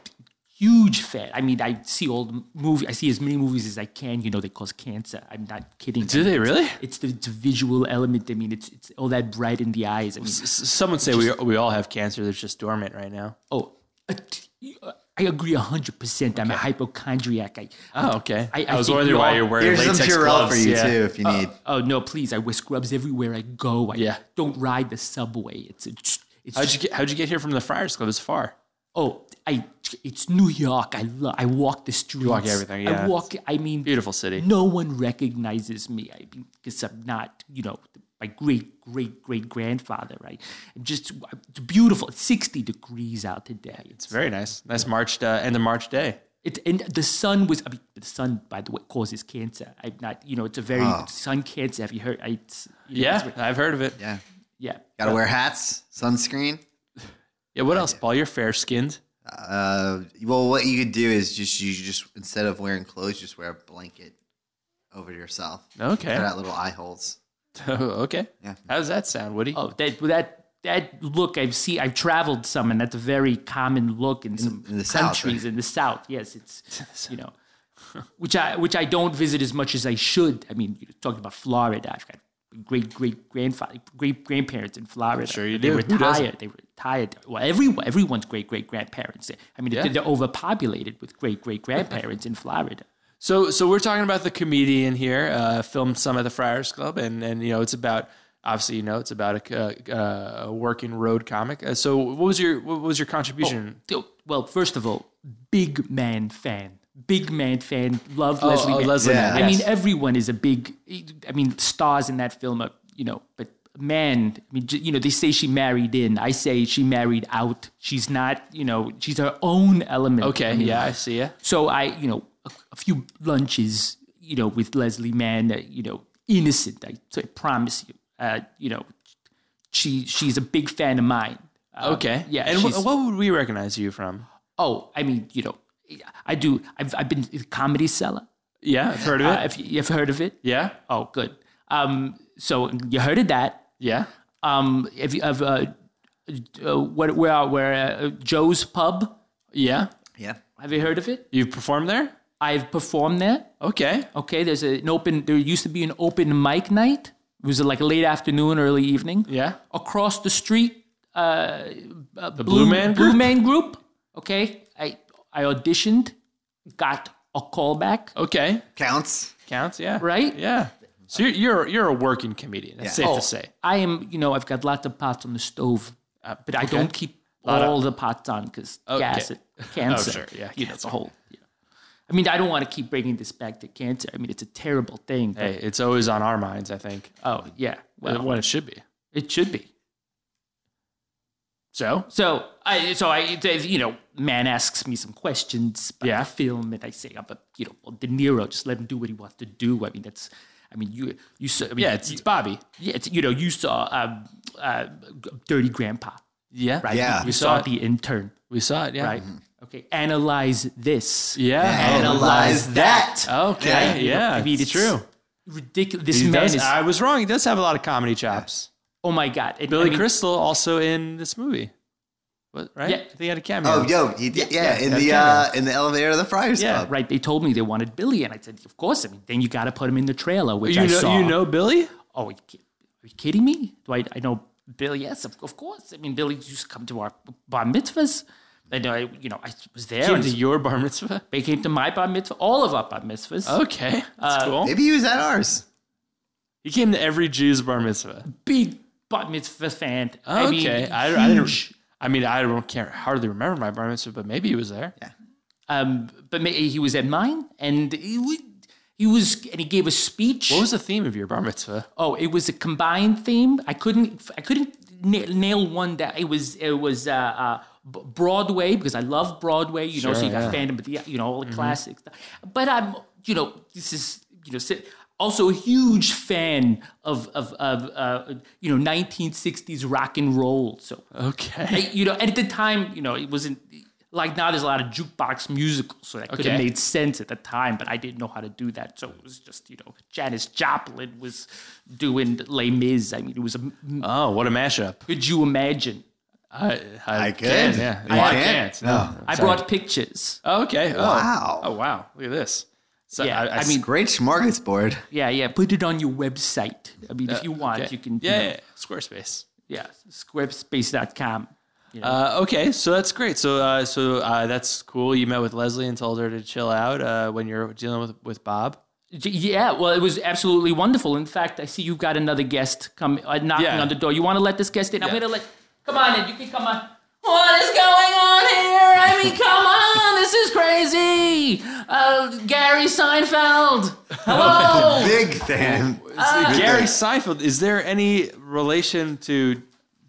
[SPEAKER 7] huge fan. I mean, I see all the movie. I see as many movies as I can. You know, they cause cancer. I'm not kidding.
[SPEAKER 1] Do they really?
[SPEAKER 7] It's the, it's the visual element. I mean, it's it's all that bright in the eyes. I mean,
[SPEAKER 1] S- Some would say we we all have cancer. That's just dormant right now.
[SPEAKER 7] oh, uh, t- uh, I agree hundred percent. I'm a hypochondriac. I,
[SPEAKER 1] Oh, okay. I,
[SPEAKER 7] I- I
[SPEAKER 1] was
[SPEAKER 7] think
[SPEAKER 1] wondering
[SPEAKER 7] we
[SPEAKER 1] why
[SPEAKER 7] all-
[SPEAKER 1] you're wearing
[SPEAKER 2] Here's some
[SPEAKER 1] latex
[SPEAKER 2] Purell
[SPEAKER 1] gloves.
[SPEAKER 2] for you
[SPEAKER 1] yeah. Uh,
[SPEAKER 2] too, if you need.
[SPEAKER 7] oh no, please! I wear scrubs everywhere I go. I
[SPEAKER 1] Yeah.
[SPEAKER 7] don't ride the subway. It's it's, it's
[SPEAKER 1] How'd you get How'd you get here from the Friars Club? It's far.
[SPEAKER 7] oh, I it's New York. I love. I walk the streets.
[SPEAKER 1] everything,
[SPEAKER 7] I
[SPEAKER 1] yeah.
[SPEAKER 7] walk. I mean,
[SPEAKER 1] Beautiful city.
[SPEAKER 7] No one recognizes me. I mean, because I'm not, you know, my great great great grandfather. Right? I'm just it's beautiful. It's 60 degrees out today. It's
[SPEAKER 1] Very nice. Nice March uh, end of March day.
[SPEAKER 7] it, and the sun was. I mean, the sun, by the way, causes cancer. I'm not, you know, it's a very sun cancer. Have you heard? I, it's, you know, it's
[SPEAKER 1] Oh. Yeah,
[SPEAKER 7] re-
[SPEAKER 1] I've heard of it.
[SPEAKER 2] Yeah.
[SPEAKER 7] yeah.
[SPEAKER 2] Gotta wear hats, sunscreen.
[SPEAKER 1] Yeah. What else, Paul? You're fair skinned.
[SPEAKER 2] Uh, well, what you could do is just you just instead of wearing clothes, just wear a blanket over yourself.
[SPEAKER 1] Okay.
[SPEAKER 2] Cut out little eye holes.
[SPEAKER 1] Oh, okay.
[SPEAKER 2] Yeah.
[SPEAKER 1] How does that sound, Woody?
[SPEAKER 7] Oh, that that that look. I've seen. I've traveled some, and that's a very common look in some
[SPEAKER 2] in the South,
[SPEAKER 7] countries in the South. Yes, it's you know, which I which I don't visit as much as I should. I mean, you're talking about Florida. I've got great great grandfather, great grandparents in Florida.
[SPEAKER 1] Sure you
[SPEAKER 7] they
[SPEAKER 1] do.
[SPEAKER 7] were
[SPEAKER 1] Who doesn't?
[SPEAKER 7] tired. They were tired. Well, everyone everyone's great great grandparents. I mean,
[SPEAKER 1] Yeah.
[SPEAKER 7] they're overpopulated with great great grandparents in Florida.
[SPEAKER 1] So, so we're talking about the comedian here, uh, filmed some at the Friars Club, and and you know it's about obviously you know it's about a, uh, a working road comic. Uh, so, what was your what was your contribution?
[SPEAKER 7] Oh, Well, first of all, big man fan. Big man fan. Love
[SPEAKER 1] Oh,
[SPEAKER 7] Leslie.
[SPEAKER 1] oh,
[SPEAKER 7] Mann.
[SPEAKER 1] Leslie
[SPEAKER 2] Yeah.
[SPEAKER 1] Mann,
[SPEAKER 7] I mean,
[SPEAKER 1] yes.
[SPEAKER 7] everyone is a big. I mean, stars in that film are, you know, but man, I mean, j- you know, they say she married in. I say she married out. She's not, you know, she's her own element.
[SPEAKER 1] okay,
[SPEAKER 7] I mean,
[SPEAKER 1] yeah, I see ya.
[SPEAKER 7] So I, you know, a, a few lunches, you know, with Leslie Mann, uh, you know, innocent. I, I promise you, uh, you know, she she's a big fan of mine. Um,
[SPEAKER 1] Okay,
[SPEAKER 7] yeah,
[SPEAKER 1] And
[SPEAKER 7] she's-
[SPEAKER 1] wh- what would we recognize you from?
[SPEAKER 7] Oh, I mean, you know, I do. I've, I've been comedy cellar.
[SPEAKER 1] Yeah, I've heard of
[SPEAKER 7] Uh,
[SPEAKER 1] it.
[SPEAKER 7] if you, have heard of it?
[SPEAKER 1] yeah,
[SPEAKER 7] Oh, good. Um, so you heard of that?
[SPEAKER 1] yeah.
[SPEAKER 7] Um, if you have uh, uh, what where are, where uh, Joe's Pub?
[SPEAKER 1] Yeah,
[SPEAKER 2] Yeah.
[SPEAKER 7] Have you heard of it?
[SPEAKER 1] you've performed there.
[SPEAKER 7] I've performed there.
[SPEAKER 1] Okay,
[SPEAKER 7] Okay, there's an open. There used to be an open mic night. It was like late afternoon, early evening.
[SPEAKER 1] yeah.
[SPEAKER 7] Across the street, uh, uh, the
[SPEAKER 1] Blue Man
[SPEAKER 7] Blue
[SPEAKER 1] Group?
[SPEAKER 7] Man Group. Okay, I I auditioned, got a callback.
[SPEAKER 1] Okay,
[SPEAKER 2] Counts.
[SPEAKER 1] counts. Yeah,
[SPEAKER 7] Right?
[SPEAKER 1] Yeah. So you're you're, you're a working comedian. That's
[SPEAKER 2] Yeah.
[SPEAKER 1] safe
[SPEAKER 7] Oh,
[SPEAKER 1] to say.
[SPEAKER 7] I am, you know, I've got lots of pots on the stove, uh, but I don't keep all the pots on because gas,
[SPEAKER 1] Okay.
[SPEAKER 7] it, cancer.
[SPEAKER 1] Oh, sure, yeah,
[SPEAKER 7] you know, it's a whole. Yeah. I mean, I don't want to keep bringing this back to cancer. I mean, it's a terrible thing. But,
[SPEAKER 1] Hey, it's always on our minds. I think uh,
[SPEAKER 7] Oh yeah, well,
[SPEAKER 1] what it should be.
[SPEAKER 7] it should be.
[SPEAKER 1] So
[SPEAKER 7] So I, so I, they- you know, man asks me some questions about
[SPEAKER 1] Yeah.
[SPEAKER 7] the film, and I say, I'm a, you know, well, De Niro, just let him do what he wants to do. I mean, that's, I mean, you, you, saw- I mean,
[SPEAKER 1] yeah, it's,
[SPEAKER 7] you,
[SPEAKER 1] it's Bobby.
[SPEAKER 7] yeah, it's, you know, you saw um, uh, Dirty Grandpa.
[SPEAKER 1] Yeah,
[SPEAKER 7] right?
[SPEAKER 2] Yeah.
[SPEAKER 7] You,
[SPEAKER 2] We
[SPEAKER 1] saw
[SPEAKER 7] saw,
[SPEAKER 1] it.
[SPEAKER 7] the intern,
[SPEAKER 1] We saw it. Yeah.
[SPEAKER 7] right? Okay, analyze this.
[SPEAKER 1] Yeah.
[SPEAKER 2] Analyze that.
[SPEAKER 1] Okay.
[SPEAKER 7] You know,
[SPEAKER 1] Yeah.
[SPEAKER 7] I mean,
[SPEAKER 1] it's true.
[SPEAKER 7] Ridiculous. This
[SPEAKER 1] He
[SPEAKER 7] man
[SPEAKER 1] does-
[SPEAKER 7] is.
[SPEAKER 1] I was wrong. He does have a lot of comedy chops.
[SPEAKER 7] oh my god, And
[SPEAKER 1] Billy
[SPEAKER 7] I mean,
[SPEAKER 1] Crystal also in this movie. What, right?
[SPEAKER 7] Yeah.
[SPEAKER 1] I think he had a cameo.
[SPEAKER 2] Oh, yo, he did, yeah, in
[SPEAKER 1] yeah,
[SPEAKER 2] the
[SPEAKER 1] yeah.
[SPEAKER 2] uh, in the elevator of the Friars
[SPEAKER 1] Yeah.
[SPEAKER 2] Club.
[SPEAKER 7] Right, they told me they wanted Billy, and I said, "Of course." I mean, then you got to put him in the trailer, which
[SPEAKER 1] you
[SPEAKER 7] I
[SPEAKER 1] know,
[SPEAKER 7] saw.
[SPEAKER 1] you know Billy?
[SPEAKER 7] Oh, you ki- are you kidding me? Do I, I know Billy? Yes, of, of course. I mean, Billy used to come to our bar mitzvahs. And I, you know, I was there.
[SPEAKER 1] Came
[SPEAKER 7] and
[SPEAKER 1] to your bar mitzvah.
[SPEAKER 7] they
[SPEAKER 1] Oh.
[SPEAKER 7] came to my bar mitzvah, all of our bar mitzvahs.
[SPEAKER 1] Okay, that's cool.
[SPEAKER 2] Maybe he was at ours.
[SPEAKER 1] Uh, He came to every Jew's bar mitzvah.
[SPEAKER 8] Big bat mitzvah fan. I mean,
[SPEAKER 1] Okay, I, I, didn't.
[SPEAKER 8] huge.
[SPEAKER 1] I mean, I don't care. Hardly remember my bar mitzvah, but maybe he was there.
[SPEAKER 8] Um, but ma- he was at mine, and he, w- he was, and he gave a speech.
[SPEAKER 1] What was the theme of your bar mitzvah?
[SPEAKER 8] Oh, it was a combined theme. I couldn't, I couldn't na- nail one down. It was, it was uh, uh, B- Broadway because I love Broadway. You know,
[SPEAKER 1] Sure,
[SPEAKER 8] so you got
[SPEAKER 1] yeah. Mm-hmm.
[SPEAKER 8] fandom, but the, you know all the classics. But I'm, you know, this is, you know, si- also a huge fan of of of uh, you know 1960s rock and roll. So
[SPEAKER 1] Okay.
[SPEAKER 8] you know, and at the time, you know, it wasn't like now. There's a lot of jukebox musicals, so that could have
[SPEAKER 1] Okay.
[SPEAKER 8] made sense at the time. But I didn't know how to do that, so it was just you know, Janis Joplin was doing Les Mis. I mean, it was. A,
[SPEAKER 1] Oh, what a mashup!
[SPEAKER 8] could you imagine?
[SPEAKER 1] I, I,
[SPEAKER 2] I
[SPEAKER 1] can,
[SPEAKER 2] could.
[SPEAKER 1] yeah.
[SPEAKER 2] I
[SPEAKER 1] I
[SPEAKER 2] can't.
[SPEAKER 1] can't.
[SPEAKER 2] No.
[SPEAKER 8] I brought pictures.
[SPEAKER 1] Oh, okay. Oh.
[SPEAKER 2] Wow.
[SPEAKER 1] Oh wow. Look at this. So
[SPEAKER 8] Yeah,
[SPEAKER 1] I,
[SPEAKER 8] I mean-
[SPEAKER 2] Great smorgasbord.
[SPEAKER 8] Yeah, yeah. Put it on your website. I mean, if you want,
[SPEAKER 1] Uh, okay.
[SPEAKER 8] you can.
[SPEAKER 1] Yeah,
[SPEAKER 8] you
[SPEAKER 1] yeah, yeah. Squarespace.
[SPEAKER 8] know, yeah. Squarespace.com.
[SPEAKER 1] Uh, okay, so that's great. So uh, so uh, that's cool. You met with Leslie and told her to chill out uh, when you're dealing with with Bob.
[SPEAKER 8] Yeah, well, it was absolutely wonderful. In fact, I see you've got another guest come uh, knocking
[SPEAKER 1] Yeah.
[SPEAKER 8] on the door. You want to let this guest in? I'm
[SPEAKER 1] Yeah.
[SPEAKER 8] gonna let. Come on in. You can come on. What is going on here? I mean, come on, this is crazy. Uh, Gary Seinfeld. Hello.
[SPEAKER 2] Big fan.
[SPEAKER 1] Gary Seinfeld. Is there any relation to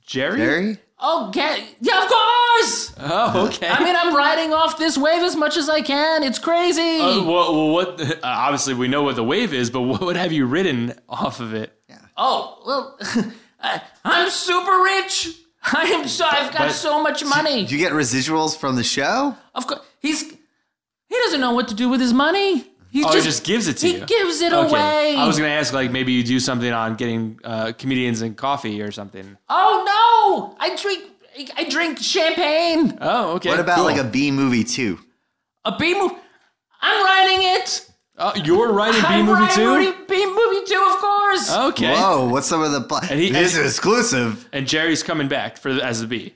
[SPEAKER 1] Jerry?
[SPEAKER 2] Very?
[SPEAKER 8] oh, Ga- yeah, of course.
[SPEAKER 1] Oh, okay.
[SPEAKER 8] I mean, I'm riding off this wave as much as I can. It's crazy.
[SPEAKER 1] Uh, well, well, what? Uh, obviously, we know what the wave is, but what, what have you ridden off of it?
[SPEAKER 8] oh well, I- I'm super rich. I am so. I've got
[SPEAKER 1] But-
[SPEAKER 8] so much money.
[SPEAKER 2] Do you get residuals from the show?
[SPEAKER 8] Of course, he's he doesn't know what to do with his money. He's
[SPEAKER 1] Oh,
[SPEAKER 8] just,
[SPEAKER 1] he just gives it to
[SPEAKER 8] he
[SPEAKER 1] you.
[SPEAKER 8] gives it
[SPEAKER 1] Okay.
[SPEAKER 8] away.
[SPEAKER 1] I was going to ask, like, maybe you do something on getting uh, comedians and coffee or something.
[SPEAKER 8] oh no! I drink I drink champagne.
[SPEAKER 1] Oh, okay.
[SPEAKER 2] What about
[SPEAKER 1] cool.
[SPEAKER 2] like a B movie too?
[SPEAKER 8] A B movie. I'm writing it.
[SPEAKER 1] Oh, you're writing B
[SPEAKER 8] I'm
[SPEAKER 1] movie
[SPEAKER 8] writing
[SPEAKER 1] too? Oh.
[SPEAKER 8] Rudy- B movie two, of course.
[SPEAKER 1] Okay.
[SPEAKER 2] Whoa, what's some of the pla-
[SPEAKER 1] he-
[SPEAKER 2] This
[SPEAKER 1] and-
[SPEAKER 2] is exclusive.
[SPEAKER 1] And Jerry's coming back for the, as the B.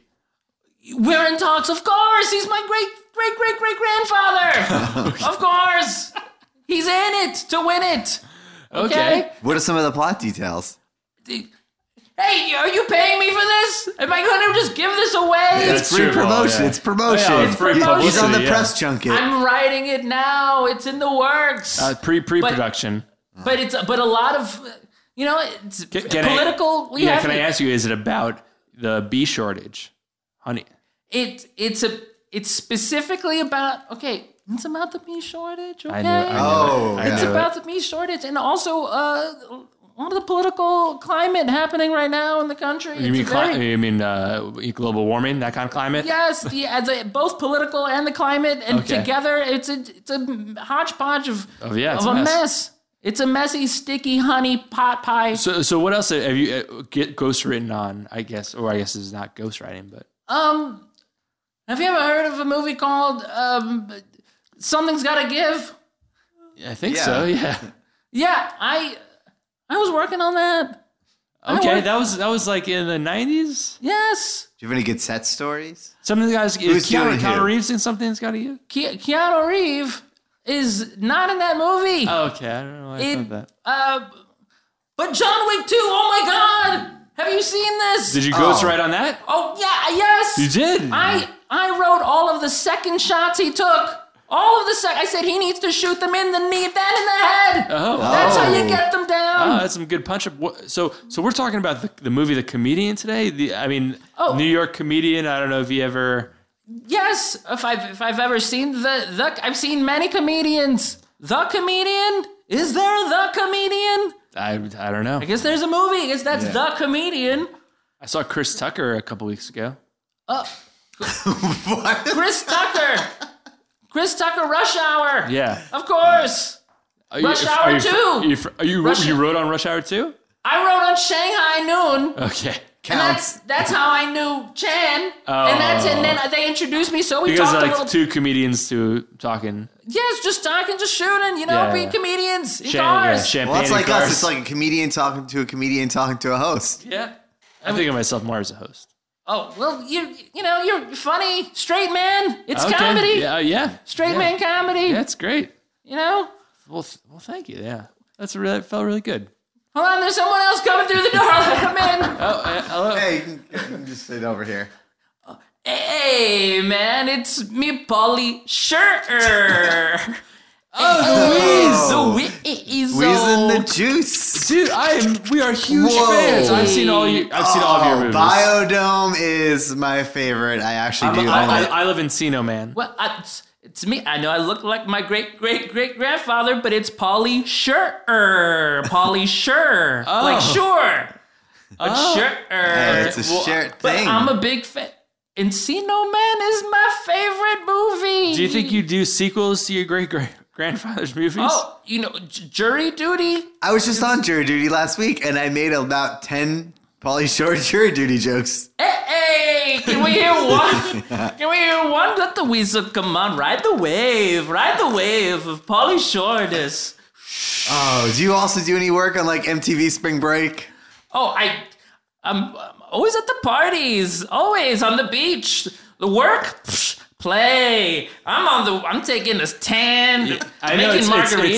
[SPEAKER 8] We're in talks. Of course, he's my great great great great grandfather. of course, he's in it to win it. Okay.
[SPEAKER 2] What are some of the plot details?
[SPEAKER 8] Hey, are you paying me for this? Am I going to just give this away?
[SPEAKER 1] That's
[SPEAKER 2] it's free
[SPEAKER 1] true.
[SPEAKER 2] promotion.
[SPEAKER 1] Oh, yeah.
[SPEAKER 2] It's promotion.
[SPEAKER 1] Oh, yeah, it's free
[SPEAKER 8] promotion.
[SPEAKER 2] He's on the
[SPEAKER 1] publicity, yeah.
[SPEAKER 2] press junket.
[SPEAKER 8] I'm writing it now. It's in the works.
[SPEAKER 1] Uh, pre pre production.
[SPEAKER 8] but it's but a lot of you know it's
[SPEAKER 1] Can- can I-
[SPEAKER 8] political. we
[SPEAKER 1] Yeah.
[SPEAKER 8] have
[SPEAKER 1] Can I
[SPEAKER 8] to-
[SPEAKER 1] ask you? Is it about the B shortage, honey?
[SPEAKER 8] It it's a it's specifically about okay. It's about the meat shortage. Okay.
[SPEAKER 1] I knew. I knew
[SPEAKER 2] Oh,
[SPEAKER 1] it. I
[SPEAKER 8] it's
[SPEAKER 1] knew it.
[SPEAKER 8] about the meat shortage and also uh, a lot of the political climate happening right now in the country.
[SPEAKER 1] You mean
[SPEAKER 8] It's a very-
[SPEAKER 1] cli- you mean uh, global warming, that kind of climate?
[SPEAKER 8] Yes, the, uh, the, both political and the climate, and
[SPEAKER 1] Okay.
[SPEAKER 8] together it's a it's a hodgepodge of
[SPEAKER 1] Oh, yeah, it's
[SPEAKER 8] of
[SPEAKER 1] a
[SPEAKER 8] a mess.
[SPEAKER 1] mess.
[SPEAKER 8] It's a messy, sticky honey pot pie.
[SPEAKER 1] So, so what else have you uh, get ghost written on? I guess, or I guess it's not ghost writing, but
[SPEAKER 8] Um, have you ever heard of a movie called um, Something's Gotta Give?
[SPEAKER 1] I think
[SPEAKER 2] Yeah.
[SPEAKER 1] so. Yeah.
[SPEAKER 8] Yeah, I I was working on that.
[SPEAKER 1] Okay,
[SPEAKER 8] work-
[SPEAKER 1] that was that was like in the nineties.
[SPEAKER 8] Yes,
[SPEAKER 2] Do you have any good set stories?
[SPEAKER 1] Some of the guys
[SPEAKER 2] Who's
[SPEAKER 1] is Keanu,
[SPEAKER 2] doing who?
[SPEAKER 1] Keanu Reeves in something that's got to you.
[SPEAKER 8] Ke- Keanu Reeve is not in that movie.
[SPEAKER 1] Oh, Okay, I don't know. Why I
[SPEAKER 8] It-
[SPEAKER 1] thought that.
[SPEAKER 8] Uh, but John Wick 2, oh my god! Have you seen this?
[SPEAKER 1] Did you ghost write on that?
[SPEAKER 8] oh, yeah, yes!
[SPEAKER 1] You did.
[SPEAKER 8] I I wrote all of the second shots he took. All of the sec. I said he needs to shoot them in the knee, then in the head.
[SPEAKER 1] Oh.
[SPEAKER 8] That's how you
[SPEAKER 2] Oh.
[SPEAKER 8] get them down.
[SPEAKER 1] Oh, that's some good punch up. Wha- So, so we're talking about the, the movie The Comedian today. The, I mean,
[SPEAKER 8] Oh.
[SPEAKER 1] New York comedian. I don't know if you ever.
[SPEAKER 8] Yes, if I've if I've ever seen the the I've seen many comedians. The comedian is there the comedian?
[SPEAKER 1] I, I don't know.
[SPEAKER 8] I guess there's a movie. I guess that's the comedian.
[SPEAKER 1] I saw Chris Tucker a couple weeks ago.
[SPEAKER 2] What?
[SPEAKER 8] Chris Tucker, Chris Tucker, Rush Hour.
[SPEAKER 1] Yeah.
[SPEAKER 8] of
[SPEAKER 1] Are you-
[SPEAKER 8] course. Oh, Rush
[SPEAKER 1] are
[SPEAKER 8] Hour
[SPEAKER 1] you-
[SPEAKER 8] two.
[SPEAKER 1] Are you, are you,
[SPEAKER 8] Rush-
[SPEAKER 1] you wrote on Rush Hour Two?
[SPEAKER 8] I wrote on Shanghai Noon.
[SPEAKER 1] Okay.
[SPEAKER 8] And that's that's how I knew Chan, and that's and then they introduced me. So we
[SPEAKER 1] Because
[SPEAKER 8] talked a
[SPEAKER 1] like
[SPEAKER 8] little.
[SPEAKER 1] two comedians to talking.
[SPEAKER 8] yes, just talking, just shooting. You know,
[SPEAKER 1] Yeah,
[SPEAKER 8] be
[SPEAKER 1] yeah.
[SPEAKER 8] comedians in
[SPEAKER 1] Cha- yeah,
[SPEAKER 8] cars.
[SPEAKER 1] champagne
[SPEAKER 2] Well, it's
[SPEAKER 1] and
[SPEAKER 2] like
[SPEAKER 1] cars.
[SPEAKER 2] us. It's like a comedian talking to a comedian talking to a host.
[SPEAKER 1] yeah. I think of myself more as a host.
[SPEAKER 8] Oh well, you you know you're funny, straight man. It's
[SPEAKER 1] Okay.
[SPEAKER 8] comedy.
[SPEAKER 1] Yeah. uh, Yeah.
[SPEAKER 8] straight
[SPEAKER 1] yeah.
[SPEAKER 8] man comedy.
[SPEAKER 1] That's great.
[SPEAKER 8] You know,
[SPEAKER 1] Well, th- well, thank you. Yeah. That's really, that felt really good.
[SPEAKER 8] Hold on, there's someone else coming through the door. Let him in.
[SPEAKER 1] Oh, uh, hello.
[SPEAKER 2] Hey, you can, you can just sit over here.
[SPEAKER 8] Hey, man, it's me, Polly Scherter.
[SPEAKER 1] Oh,
[SPEAKER 8] Wait, is
[SPEAKER 2] Squeezing the juice.
[SPEAKER 1] Louise. Dude, I am. We are huge
[SPEAKER 2] Whoa.
[SPEAKER 1] fans. I've seen all you. I've seen all of your
[SPEAKER 2] Oh,
[SPEAKER 1] movies.
[SPEAKER 2] Biodome is my favorite. I actually
[SPEAKER 1] I'm-
[SPEAKER 2] do own
[SPEAKER 1] I, I,
[SPEAKER 2] it.
[SPEAKER 1] I live in Sino, man.
[SPEAKER 8] Well, I, it's, it's me. I know I look like my great great great grandfather, but it's Polly Sure. Polly Sure.
[SPEAKER 1] Oh.
[SPEAKER 8] Like sure. But sure.
[SPEAKER 2] Hey, it's a shared
[SPEAKER 8] but
[SPEAKER 2] thing.
[SPEAKER 8] I'm a big fan. Encino Man is my favorite movie.
[SPEAKER 1] Do you think you do sequels to your great great grandfather's movies?
[SPEAKER 8] Oh, you know, j- jury duty?
[SPEAKER 2] I was just on jury duty last week, and I made about ten Polly Shore jury duty jokes.
[SPEAKER 8] Hey, hey, can we hear one? Can we hear one? Let the weasel come on. Ride the wave. Ride the wave of Polly Shoreness.
[SPEAKER 2] Oh, do you also do any work on like MTV Spring Break?
[SPEAKER 8] Oh, I, I'm, I'm always at the parties, always on the beach. The work, psh, play. I'm on the. I'm taking a tan,
[SPEAKER 1] I know
[SPEAKER 8] making
[SPEAKER 1] it's, it's,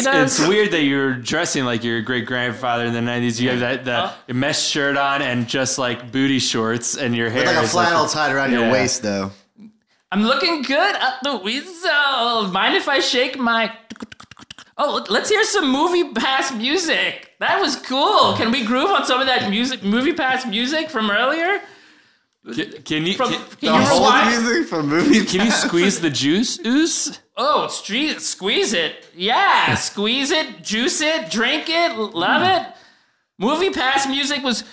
[SPEAKER 8] margaritas.
[SPEAKER 1] it's, it's weird that you're dressing like your great grandfather in the '90s. You have that the mesh shirt on and just like booty shorts, and your hair
[SPEAKER 2] Like a
[SPEAKER 1] is like-
[SPEAKER 2] flannel tied around your
[SPEAKER 1] Yeah.
[SPEAKER 2] waist, though.
[SPEAKER 8] I'm looking good at the weasel. Mind if I shake my? Oh, look, let's hear some movie pass music. That was cool. Can we groove on some of that music, movie pass music from earlier?
[SPEAKER 1] Can, can you
[SPEAKER 8] From
[SPEAKER 1] can,
[SPEAKER 8] can
[SPEAKER 2] The
[SPEAKER 8] you
[SPEAKER 2] whole
[SPEAKER 8] rewind?
[SPEAKER 2] music from movie.
[SPEAKER 1] can you squeeze the juice ooze?
[SPEAKER 8] Oh, stre- squeeze it. Yeah, squeeze it, juice it, drink it, l- love it. Movie pass music was.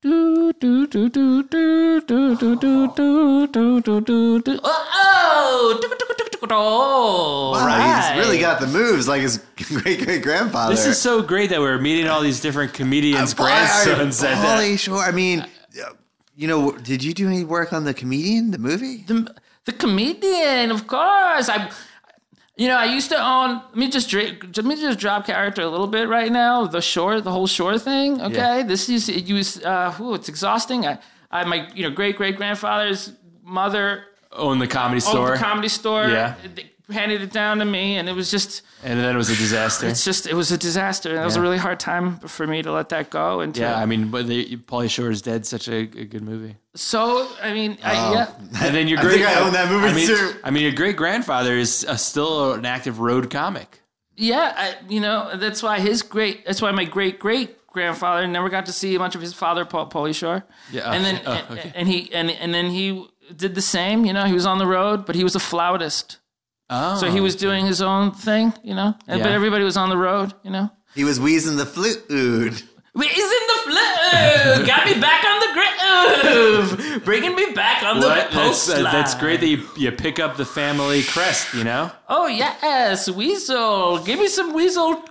[SPEAKER 8] Do, do, do, do, do, do, do, do, do, do, do, do, do. Oh! do, do, do, do, do, do. All
[SPEAKER 2] Wow,
[SPEAKER 8] right.
[SPEAKER 2] he's really got the moves like his great great grandfather.
[SPEAKER 1] This is so great that we're meeting all these different comedians'
[SPEAKER 2] Why are you-
[SPEAKER 1] grandsons. at that.
[SPEAKER 2] Polly Shore. I mean, you know, did you do any work on the comedian, the movie?
[SPEAKER 8] the, the comedian, of course. I, you know, I used to own. Let me just dra- let me just drop character a little bit right now. The shore, the whole shore thing. Okay, this is it was. Uh, ooh, it's exhausting. I, I my you know great great grandfather's mother
[SPEAKER 1] Own the comedy
[SPEAKER 8] owned
[SPEAKER 1] store,
[SPEAKER 8] the comedy store.
[SPEAKER 1] Yeah.
[SPEAKER 8] They handed it down to me, and it was just
[SPEAKER 1] and then it was a disaster.
[SPEAKER 8] it's just it was a disaster. That was a
[SPEAKER 1] Yeah.
[SPEAKER 8] really hard time for me to let that go. And to,
[SPEAKER 1] Yeah, I mean, but the, Pauly Shore is dead. Such a, a good movie.
[SPEAKER 8] so I mean,
[SPEAKER 1] Oh,
[SPEAKER 8] I, yeah.
[SPEAKER 1] And then your
[SPEAKER 2] I
[SPEAKER 1] great
[SPEAKER 2] think I own that movie
[SPEAKER 1] I mean,
[SPEAKER 2] too.
[SPEAKER 1] I mean, your great grandfather is uh, still an active road comic.
[SPEAKER 8] Yeah, I, you know that's why his great. That's why my great great grandfather never got to see much of his father, Paul, Paulie Shore.
[SPEAKER 1] Yeah,
[SPEAKER 8] and then
[SPEAKER 1] oh,
[SPEAKER 8] and,
[SPEAKER 1] okay.
[SPEAKER 8] and he and and then he did the same. You know, he was on the road, but he was a flautist,
[SPEAKER 1] Oh,
[SPEAKER 8] so he was doing his own thing. You know, and, but
[SPEAKER 1] Yeah.
[SPEAKER 8] everybody was on the road. You know.
[SPEAKER 2] He was wheezing the flute.
[SPEAKER 8] Wait, Is in the flow? Got me back on the groove, bringing me back on
[SPEAKER 1] What?
[SPEAKER 8] the
[SPEAKER 1] That's,
[SPEAKER 8] post
[SPEAKER 1] uh, that's
[SPEAKER 8] line.
[SPEAKER 1] great that you, you pick up the family crest, you know?
[SPEAKER 8] Oh yes, weasel. Give me some weasel.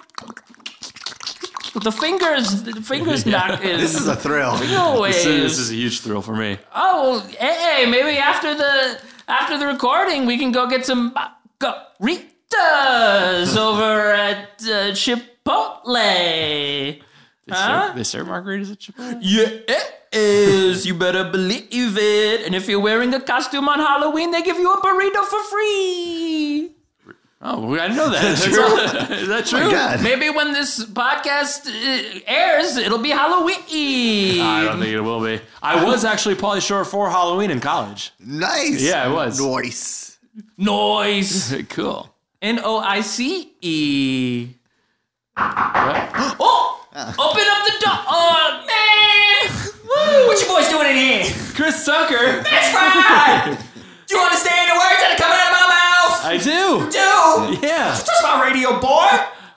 [SPEAKER 8] The fingers, the fingers knocked in.
[SPEAKER 2] This is a thrill. Oh
[SPEAKER 8] Always.
[SPEAKER 1] This is, this is a huge thrill for me.
[SPEAKER 8] oh, well, hey, maybe after the after the recording, we can go get some margaritas over at uh, Chipotle.
[SPEAKER 1] They,
[SPEAKER 8] Huh?
[SPEAKER 1] serve, they serve margaritas at Chipotle?
[SPEAKER 8] Yeah, it is. You better believe it. And if you're wearing a costume on Halloween, they give you a burrito for free.
[SPEAKER 1] Oh, well, I didn't know that. That's all- is that true?
[SPEAKER 2] God.
[SPEAKER 8] Maybe when this podcast uh, airs, it'll be Halloween.
[SPEAKER 1] I don't think it will be. I was actually Pauly Shore for Halloween in college.
[SPEAKER 2] Nice.
[SPEAKER 1] Yeah, it was.
[SPEAKER 2] Nice.
[SPEAKER 8] Noise.
[SPEAKER 1] Cool.
[SPEAKER 8] N O I C E.
[SPEAKER 1] What?
[SPEAKER 8] Oh! Open up the door! Oh, man! Woo!
[SPEAKER 5] What you boys doing in here?
[SPEAKER 1] Chris Tucker!
[SPEAKER 5] That's right. Do you understand the words that are coming out of my mouth?
[SPEAKER 1] I do!
[SPEAKER 5] Do.
[SPEAKER 1] Yeah!
[SPEAKER 5] That's my radio boy.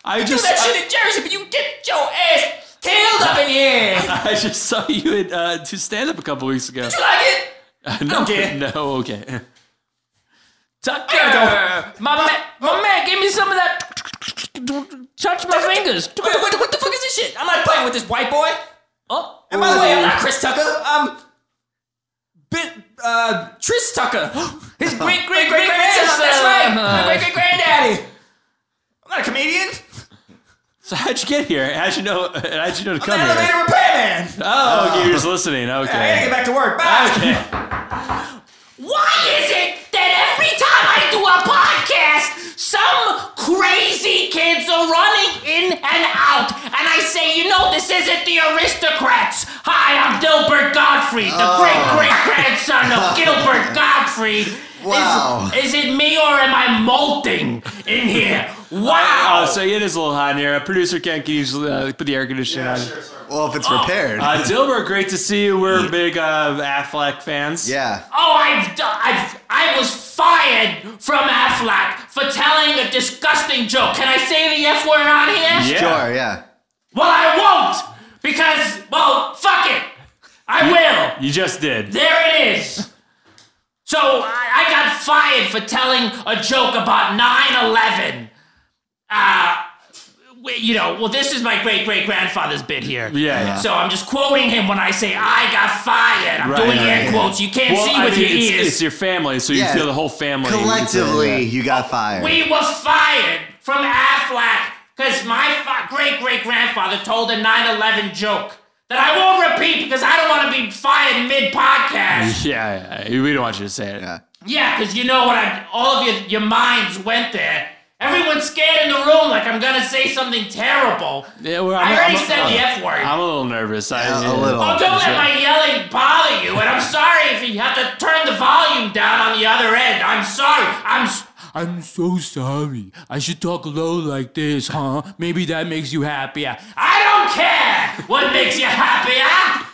[SPEAKER 1] I
[SPEAKER 5] Do
[SPEAKER 1] just.
[SPEAKER 5] that
[SPEAKER 1] I-
[SPEAKER 5] shit in Jersey, but you get your ass killed up in here.
[SPEAKER 1] I just saw you at uh, do stand up a couple weeks ago.
[SPEAKER 5] You like it?
[SPEAKER 1] no,
[SPEAKER 5] care.
[SPEAKER 1] no, okay.
[SPEAKER 8] Tucker! My man, my man, give me some of that. Touch my fingers.
[SPEAKER 5] Wait, what, what the fuck is this shit? I'm not playing with this white boy.
[SPEAKER 8] Oh,
[SPEAKER 5] And by the way, I'm not Chris Tucker. I'm bit uh Tris Tucker. His
[SPEAKER 8] great,
[SPEAKER 5] great Uh-huh.
[SPEAKER 8] great, great
[SPEAKER 5] grandson. That's right. My great
[SPEAKER 8] grandson.
[SPEAKER 5] great granddaddy. I'm not a comedian.
[SPEAKER 1] So how'd you get here? How'd you know? How'd you know to
[SPEAKER 5] I'm
[SPEAKER 1] come
[SPEAKER 5] an
[SPEAKER 1] here?
[SPEAKER 5] elevator repairman.
[SPEAKER 1] Oh, okay, you're just listening. Okay.
[SPEAKER 5] I gotta get back to work. Bye.
[SPEAKER 1] Okay.
[SPEAKER 8] Why is it that every time I do a podcast, some crazy kids are running in and out, and I
[SPEAKER 9] say, you know, this isn't the aristocrats. Hi, I'm Dilbert Godfrey, the
[SPEAKER 2] Oh.
[SPEAKER 9] great great grandson of Gilbert Godfrey. Is-
[SPEAKER 2] Wow.
[SPEAKER 9] Is, it me or am I molting in here? Wow.
[SPEAKER 1] Oh, so it is a little hot in here. Producer Ken, can you just, uh, put the air conditioning on?
[SPEAKER 2] Well, if it's repaired.
[SPEAKER 1] Uh, Dilbert, great to see you. We're big uh, Affleck fans.
[SPEAKER 2] yeah.
[SPEAKER 9] Oh, I've, d- I've, I was fired from Aflac for telling a disgusting joke. Can I say the F word on here?
[SPEAKER 2] Sure, yeah.
[SPEAKER 9] Well, I won't! Because, well, fuck it! I will!
[SPEAKER 1] You just did.
[SPEAKER 9] There it is! So, I I got fired for telling a joke about 9 11. Uh, we- you know, well, this is my great great grandfather's bit here.
[SPEAKER 1] Yeah, yeah.
[SPEAKER 9] So, I'm just quoting him when I say, I got fired. I'm
[SPEAKER 1] Right,
[SPEAKER 9] doing
[SPEAKER 1] right,
[SPEAKER 9] air
[SPEAKER 2] yeah.
[SPEAKER 9] quotes. You can't
[SPEAKER 1] Well,
[SPEAKER 9] see
[SPEAKER 1] I
[SPEAKER 9] with
[SPEAKER 1] mean,
[SPEAKER 9] your
[SPEAKER 1] it's,
[SPEAKER 9] ears.
[SPEAKER 1] it's your family, so you
[SPEAKER 2] Yeah.
[SPEAKER 1] feel the whole family.
[SPEAKER 2] Collectively, you got fired.
[SPEAKER 9] We were fired from Aflac because my fa- great great grandfather told a 9 11 joke that I won't repeat because I don't want to be fired mid podcast.
[SPEAKER 1] Yeah, yeah, yeah, we don't want you to say it.
[SPEAKER 2] Yeah.
[SPEAKER 9] yeah, because you know what? I, all of your, your minds went there. Everyone's scared in the room like I'm going to say something terrible.
[SPEAKER 1] Yeah, well,
[SPEAKER 9] I already
[SPEAKER 1] I'm-
[SPEAKER 9] said the F word.
[SPEAKER 1] I'm a little nervous. I,
[SPEAKER 2] Yeah, a little.
[SPEAKER 9] Oh, don't let my yelling bother you, and I'm sorry if you have to turn the volume down on the other end. I'm sorry. I'm s-
[SPEAKER 10] I'm so sorry. I should talk low like this, huh? Maybe that makes you happier.
[SPEAKER 9] I don't care what makes you happy, huh?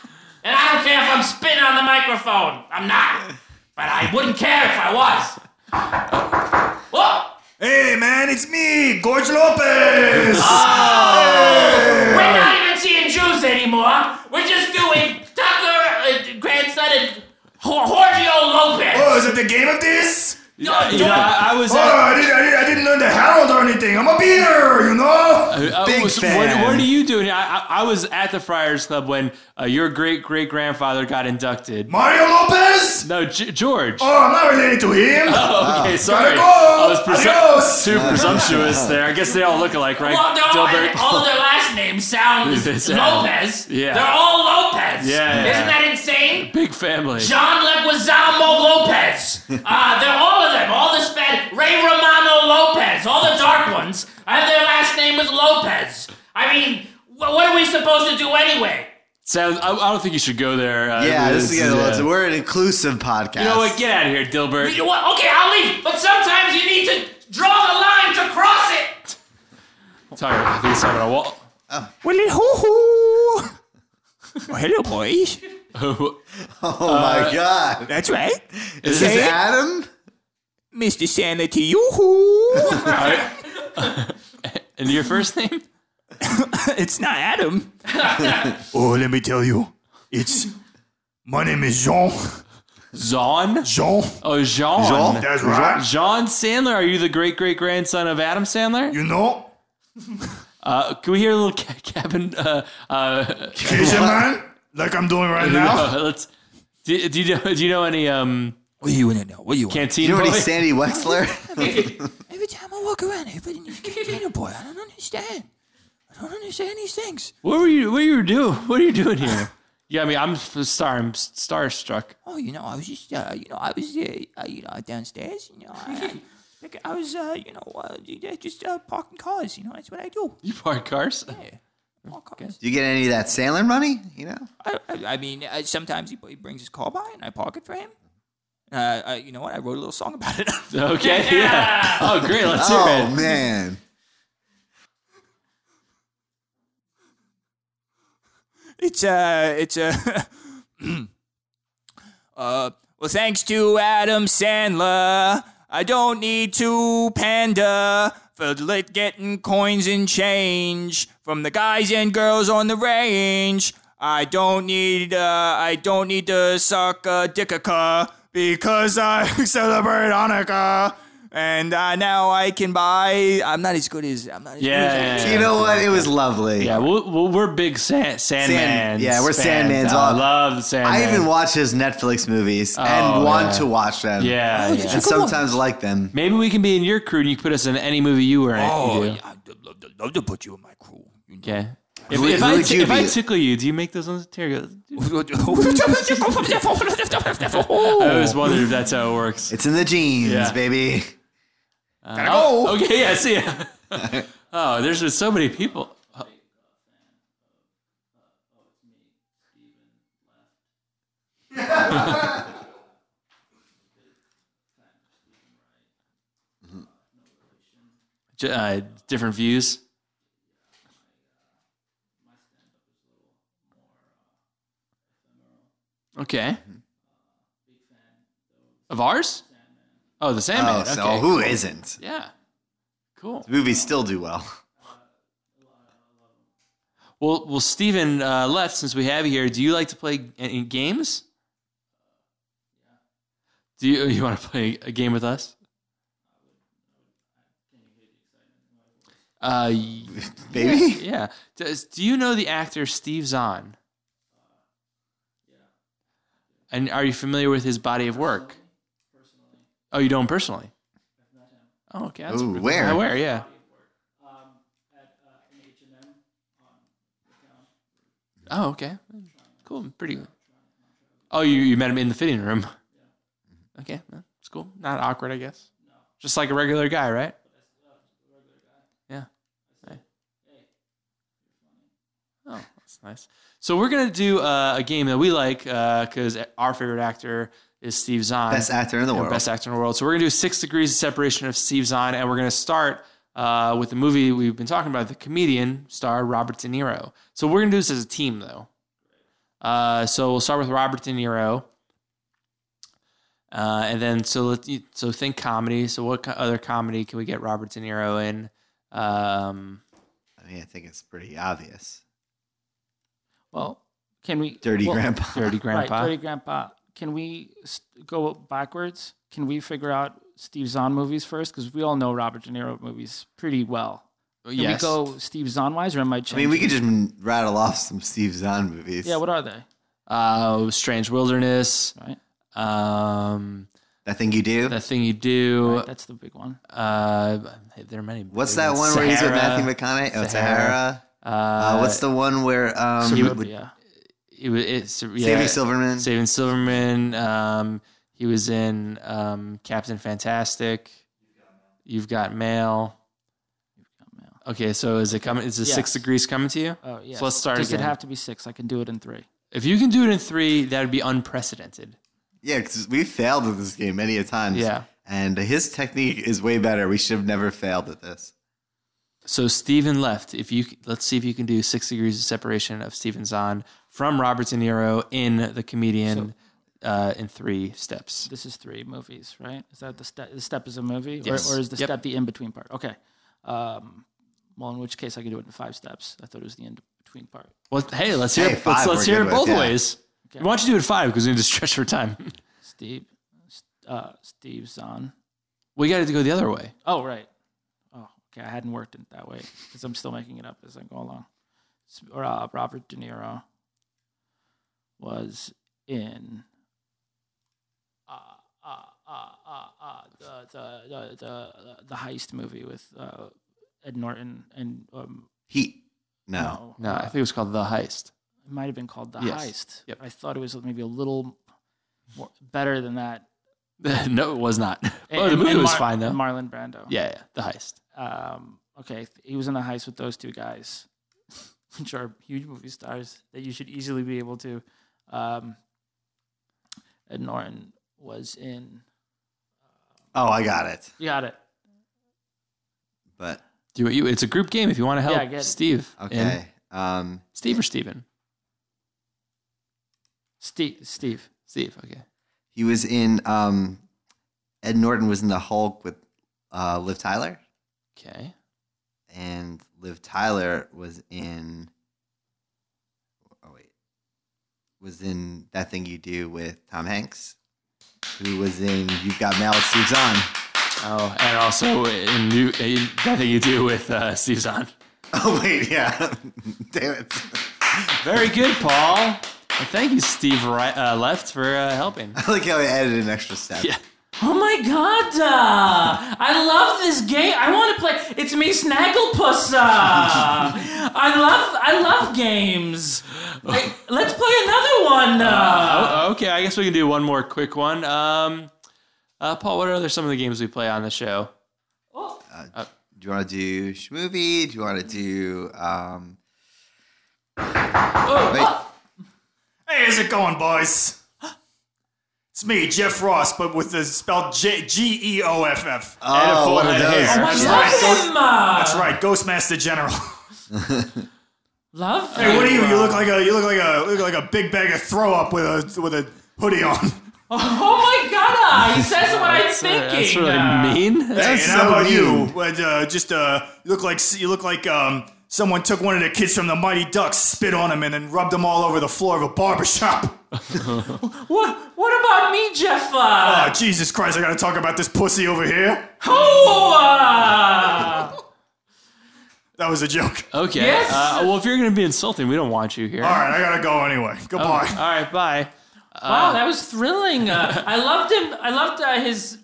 [SPEAKER 9] And I don't care if I'm spitting on the microphone. I'm not. But I wouldn't care if I was. Oh, Whoa!
[SPEAKER 3] Hey, man, it's me, Gorge Lopez.
[SPEAKER 5] Ah.
[SPEAKER 9] We're not even seeing Jews anymore. We're just doing Tucker, uh, grandson, and Ho- Jorgio
[SPEAKER 1] Oh,
[SPEAKER 9] Lopez.
[SPEAKER 3] Oh, is it the game of this?
[SPEAKER 9] No,
[SPEAKER 1] You know,
[SPEAKER 9] don't-
[SPEAKER 1] I, I was
[SPEAKER 3] Oh,
[SPEAKER 1] at,
[SPEAKER 3] I didn't, I, didn't, I didn't learn the Herald or anything. I'm a beater, you know?
[SPEAKER 1] uh,
[SPEAKER 2] Big
[SPEAKER 1] was-
[SPEAKER 2] fan.
[SPEAKER 1] What, what are you doing? here? I, I, I was at the Friars Club when uh, your great great grandfather got inducted.
[SPEAKER 3] Mario Lopez?
[SPEAKER 1] No, G- George. Oh,
[SPEAKER 3] Oh, I'm not related to him.
[SPEAKER 1] okay, sorry.
[SPEAKER 3] Gotta go.
[SPEAKER 1] I was
[SPEAKER 3] Adios.
[SPEAKER 1] too presumptuous there. I guess they all look alike, right?
[SPEAKER 9] well, they're all,
[SPEAKER 1] Dilbert?
[SPEAKER 9] all their last names sound
[SPEAKER 1] They
[SPEAKER 9] Lopez.
[SPEAKER 1] sound- yeah.
[SPEAKER 9] They're all Lopez.
[SPEAKER 1] Yeah, yeah.
[SPEAKER 9] Isn't that insane?
[SPEAKER 1] Big family.
[SPEAKER 9] John Leguizamo Lopez. Uh, they're all of them. All the Spanish. Ray Romano Lopez. All the dark ones. And their last name was Lopez. I mean, wh- what are we supposed to do anyway?
[SPEAKER 1] Sounds. I, I don't think you should go there. Uh,
[SPEAKER 2] Yeah, this is getting a
[SPEAKER 1] yeah.
[SPEAKER 2] little. We're an inclusive podcast.
[SPEAKER 1] You know what? Get out of here, Dilbert.
[SPEAKER 9] You know what? Okay, I'll leave. But sometimes you need to draw the line to cross it.
[SPEAKER 1] Sorry, I think it's talking about a wall.
[SPEAKER 9] Well, hoo hoo. hello, boys.
[SPEAKER 2] oh
[SPEAKER 1] uh,
[SPEAKER 2] my god!
[SPEAKER 9] That's right.
[SPEAKER 2] Is this
[SPEAKER 9] it?
[SPEAKER 2] Adam?
[SPEAKER 9] Mr. Sanity, yoo hoo.
[SPEAKER 1] and your first name?
[SPEAKER 9] it's not Adam.
[SPEAKER 3] Oh, let me tell you. It's. My name is Jean.
[SPEAKER 1] Zahn?
[SPEAKER 3] Jean.
[SPEAKER 1] Oh, Jean.
[SPEAKER 2] Jean?
[SPEAKER 3] That's right.
[SPEAKER 1] John Sandler, are you the great great grandson of Adam Sandler?
[SPEAKER 3] You know,
[SPEAKER 1] Uh, can we hear a little ca- Kevin? Uh, uh,
[SPEAKER 3] Asian man, like I'm doing right now.
[SPEAKER 1] let's. Do, do you know? Do you know any um
[SPEAKER 9] What do you want to know? What do you want?
[SPEAKER 1] canteen
[SPEAKER 2] You know
[SPEAKER 1] boy?
[SPEAKER 2] any Sandy Wexler?
[SPEAKER 9] Every time I walk around, everybody needs a container boy. I don't understand. I don't understand these things.
[SPEAKER 1] What were you? What you were doing? What are you doing here? Yeah, I mean, I'm f- star. I'm s- starstruck.
[SPEAKER 9] Oh, you know, I was just, uh, you know, I was, uh, uh, you know, downstairs, you know, I, I, I was, uh, you know, uh, yeah, just uh, parking cars. You know, that's what I do.
[SPEAKER 1] You park cars.
[SPEAKER 9] Park cars.
[SPEAKER 2] Do you get any of that Sandler money? You know?
[SPEAKER 9] I, I, I mean, uh, sometimes he, he brings his car by, and I park it for him. Uh, I, you know what? I wrote a little song about it.
[SPEAKER 1] Okay. Yeah. Oh, great. Let's hear
[SPEAKER 2] Oh
[SPEAKER 1] it.
[SPEAKER 2] man!
[SPEAKER 9] It's uh it's uh uh well thanks to Adam Sandler, I don't need to panda for lit getting coins and change from the guys and girls on the range. I don't need uh I don't need to suck a dickica because I celebrate Hanukkah. And uh, now I can buy. I'm not as good as I'm not. As good
[SPEAKER 1] Yeah,
[SPEAKER 9] as
[SPEAKER 1] yeah,
[SPEAKER 9] I-
[SPEAKER 1] yeah.
[SPEAKER 2] You know what? It was lovely.
[SPEAKER 1] Yeah, well, well, we're big San- Sandman.
[SPEAKER 2] yeah, we're Sandmans
[SPEAKER 1] I
[SPEAKER 2] all-
[SPEAKER 1] love the Sandman.
[SPEAKER 2] I even watch his Netflix movies
[SPEAKER 1] Oh,
[SPEAKER 2] and want
[SPEAKER 1] yeah.
[SPEAKER 2] to watch them.
[SPEAKER 1] Yeah, yeah.
[SPEAKER 2] And sometimes like them.
[SPEAKER 1] Maybe we can be in your crew and you can put us in any movie you were in.
[SPEAKER 9] Oh,
[SPEAKER 1] you do.
[SPEAKER 9] yeah, I'd love to, love to put you in my crew. You know.
[SPEAKER 1] Okay. If,
[SPEAKER 2] Who-
[SPEAKER 1] if
[SPEAKER 2] who
[SPEAKER 1] I,
[SPEAKER 2] would
[SPEAKER 1] t-
[SPEAKER 2] you
[SPEAKER 1] if I
[SPEAKER 2] be?
[SPEAKER 1] tickle you, do you make those ones? Terry goes, "Dude." I always
[SPEAKER 9] oh,
[SPEAKER 1] wondered if that's how it works.
[SPEAKER 2] It's in the jeans,
[SPEAKER 1] Yeah.
[SPEAKER 2] baby.
[SPEAKER 1] Oh, okay, yeah, see ya. oh, there's been so many people.
[SPEAKER 2] Mm-hmm.
[SPEAKER 1] J- uh, different views. Okay.
[SPEAKER 2] Mm-hmm.
[SPEAKER 1] Of ours? Oh, the Sandman.
[SPEAKER 2] Oh,
[SPEAKER 1] okay.
[SPEAKER 2] so who isn't?
[SPEAKER 1] Yeah. Cool.
[SPEAKER 2] Movies still do well.
[SPEAKER 1] Well, well, Stephen uh, left since we have you here. Do you like to play any games? Do you you want to play a game with us? Uh, y-
[SPEAKER 2] Maybe?
[SPEAKER 1] yeah. Does, do you know the actor Steve Zahn? And are you familiar with his body of work? Oh, you know him personally. Oh, okay. That's
[SPEAKER 2] Ooh,
[SPEAKER 1] pretty-
[SPEAKER 2] where?
[SPEAKER 1] Where? Yeah. Oh, okay. Cool. Pretty. Oh, you, you met him in the fitting room. Okay, well, it's cool. Not awkward, I guess. Just like a regular guy, right? Yeah. Right. Oh, that's nice. So we're gonna do uh, a game that we like because our favorite actor is Steve Zahn.
[SPEAKER 2] Best actor in the
[SPEAKER 1] Yeah,
[SPEAKER 2] world.
[SPEAKER 1] Best actor in the world. So we're gonna do six degrees of separation of Steve Zahn, and we're gonna start uh, with the movie we've been talking about, the comedian star Robert De Niro. So we're gonna do this as a team, though. Uh, so we'll start with Robert De Niro, uh, and then so let you- so think comedy. So what co- other comedy can we get Robert De Niro in? Um,
[SPEAKER 2] I mean, I think it's pretty obvious.
[SPEAKER 11] Well, can we?
[SPEAKER 2] Dirty
[SPEAKER 11] well,
[SPEAKER 2] Grandpa.
[SPEAKER 1] Dirty Grandpa.
[SPEAKER 11] Right, dirty grandpa. Can we st- go backwards? Can we figure out Steve Zahn movies first? Because we all know Robert De Niro movies pretty well. Can
[SPEAKER 1] yes.
[SPEAKER 11] we go Steve Zahn wise, or am I?
[SPEAKER 2] I
[SPEAKER 11] Changing?
[SPEAKER 2] mean, we could just rattle off some Steve Zahn movies.
[SPEAKER 11] Yeah. What are they?
[SPEAKER 1] uh, Strange Wilderness.
[SPEAKER 11] Right.
[SPEAKER 1] Um,
[SPEAKER 2] That thing you do.
[SPEAKER 1] that thing you do.
[SPEAKER 11] That's the big one.
[SPEAKER 1] Uh, there are many.
[SPEAKER 2] What's that one where he's with Matthew McConaughey? Oh,
[SPEAKER 1] Sahara.
[SPEAKER 2] Sahara. Uh, what's the one where um,
[SPEAKER 11] yeah.
[SPEAKER 1] It was it's, yeah,
[SPEAKER 2] Saving Silverman?
[SPEAKER 1] Saving Silverman. Um, he was in um, Captain Fantastic. You've got mail. Okay, so is it coming? Is the six
[SPEAKER 11] Yes.
[SPEAKER 1] degrees coming to you?
[SPEAKER 11] Oh yeah.
[SPEAKER 1] So let's start
[SPEAKER 11] Does
[SPEAKER 1] again.
[SPEAKER 11] it have to be six? I can do it in three.
[SPEAKER 1] if you can do it in three, that would be unprecedented.
[SPEAKER 2] Yeah, because we failed at this game many a times.
[SPEAKER 1] Yeah.
[SPEAKER 2] And his technique is way better. We should have never failed at this.
[SPEAKER 1] So Steven left. If you let's see if you can do six degrees of separation of Steven Zahn from Robert De Niro in the comedian uh, in three steps.
[SPEAKER 11] This is three movies, right? Is that the step? The step is a movie,
[SPEAKER 1] Yes.
[SPEAKER 11] or, or is the
[SPEAKER 1] Yep.
[SPEAKER 11] step the in between part? Okay. Um, well, in which case I could do it in five steps. I thought it was the in between part.
[SPEAKER 1] Well, hey, let's hear
[SPEAKER 2] Hey,
[SPEAKER 1] it. Let's,
[SPEAKER 2] five
[SPEAKER 1] let's
[SPEAKER 2] we're
[SPEAKER 1] hear
[SPEAKER 2] good
[SPEAKER 1] it
[SPEAKER 2] with,
[SPEAKER 1] both
[SPEAKER 2] yeah.
[SPEAKER 1] ways. Why don't you do it five? Because we need to stretch for time.
[SPEAKER 11] Steve, uh, Steve Zahn.
[SPEAKER 1] we got to go the other way.
[SPEAKER 11] Oh, right. Oh, okay. I hadn't worked it that way because I'm still making it up as I go along. S- Or uh, Robert De Niro was in uh, uh, uh, uh, uh, the, the, the, the, the heist movie with uh, Ed Norton and um,
[SPEAKER 2] He, no.
[SPEAKER 11] oh,
[SPEAKER 1] No, I think it was called The Heist.
[SPEAKER 11] it might have been called The
[SPEAKER 1] Yes.
[SPEAKER 11] Heist.
[SPEAKER 1] Yep.
[SPEAKER 11] I thought it was maybe a little more, better than that.
[SPEAKER 1] no, it was not.
[SPEAKER 11] And-
[SPEAKER 1] oh, the
[SPEAKER 11] and-
[SPEAKER 1] movie
[SPEAKER 11] and
[SPEAKER 1] was
[SPEAKER 11] Mar-
[SPEAKER 1] fine though.
[SPEAKER 11] and Marlon Brando.
[SPEAKER 1] yeah, yeah, The Heist.
[SPEAKER 11] um, okay, th- he was in a heist with those two guys, which are huge movie stars that you should easily be able to. Um, Ed Norton was in.
[SPEAKER 2] Oh, I got it.
[SPEAKER 11] You got it.
[SPEAKER 2] But,
[SPEAKER 1] Do what you. It's a group game. If you want to help,
[SPEAKER 11] I get it.
[SPEAKER 1] Steve. in.
[SPEAKER 2] okay. Um,
[SPEAKER 1] Steve or Steven?
[SPEAKER 11] Steve. Steve.
[SPEAKER 1] Steve. Okay.
[SPEAKER 2] he was in, um, Ed Norton was in The Hulk with uh, Liv Tyler.
[SPEAKER 1] Okay.
[SPEAKER 2] And Liv Tyler was in, oh, wait, was in That Thing You Do with Tom Hanks, who was in You've Got Mail with Steve Zahn.
[SPEAKER 1] Oh, and also in new in that thing you do with uh, Steve Zahn.
[SPEAKER 2] Oh, wait, yeah. Damn it.
[SPEAKER 1] Very good, Paul. And thank you, Steve Ri uh, Left, for uh, helping.
[SPEAKER 2] I like how I added an extra step.
[SPEAKER 1] Yeah.
[SPEAKER 11] Oh my god! uh, I love this game. I want to play. It's me, Snagglepuss. uh. I love. I love games. I- let's play another one. uh.
[SPEAKER 1] Oh, okay, I guess we can do one more quick one. Um, uh, Paul, what are other, some of the games we play on the show?
[SPEAKER 2] Do you want to do Schmovie? Do you want to do. Um, wait,
[SPEAKER 3] Hey, how's it going, boys? It's me, Jeff Ross, but with the spelled J- E G-E-O-F-F.
[SPEAKER 2] Oh,
[SPEAKER 3] full
[SPEAKER 2] one of
[SPEAKER 3] head of
[SPEAKER 2] those.
[SPEAKER 3] hair.
[SPEAKER 2] Oh, I
[SPEAKER 8] I
[SPEAKER 2] Yeah.
[SPEAKER 8] love him. uh,
[SPEAKER 3] That's right, Ghostmaster General.
[SPEAKER 8] Love
[SPEAKER 3] Hey, what are you?
[SPEAKER 8] him.
[SPEAKER 3] You look like a you look like a look like a big bag of throw up with a with a hoodie on.
[SPEAKER 8] Oh my god! uh, He says what I'm
[SPEAKER 1] That's, uh,
[SPEAKER 8] thinking.
[SPEAKER 1] that's really
[SPEAKER 8] uh,
[SPEAKER 1] mean.
[SPEAKER 3] Hey,
[SPEAKER 1] That's-
[SPEAKER 3] and how
[SPEAKER 2] so
[SPEAKER 3] about you?
[SPEAKER 2] mean.
[SPEAKER 3] But, uh, just uh, you look like you look like um, someone took one of the kids from the Mighty Ducks, spit on him, and then rubbed them all over the floor of a barber shop.
[SPEAKER 8] What? What about me, Jeff?
[SPEAKER 3] Oh
[SPEAKER 8] Uh,
[SPEAKER 3] Jesus Christ! I gotta talk about this pussy over here.
[SPEAKER 8] oh, uh,
[SPEAKER 3] That was a joke.
[SPEAKER 2] Oh.
[SPEAKER 1] okay.
[SPEAKER 8] Yes.
[SPEAKER 1] Uh, well, if you're going to be insulting, we don't want you here.
[SPEAKER 3] All right, I gotta go anyway.
[SPEAKER 1] Oh,
[SPEAKER 3] Goodbye.
[SPEAKER 1] all right. Bye.
[SPEAKER 8] wow, that was thrilling. Uh, I loved him. I loved uh, his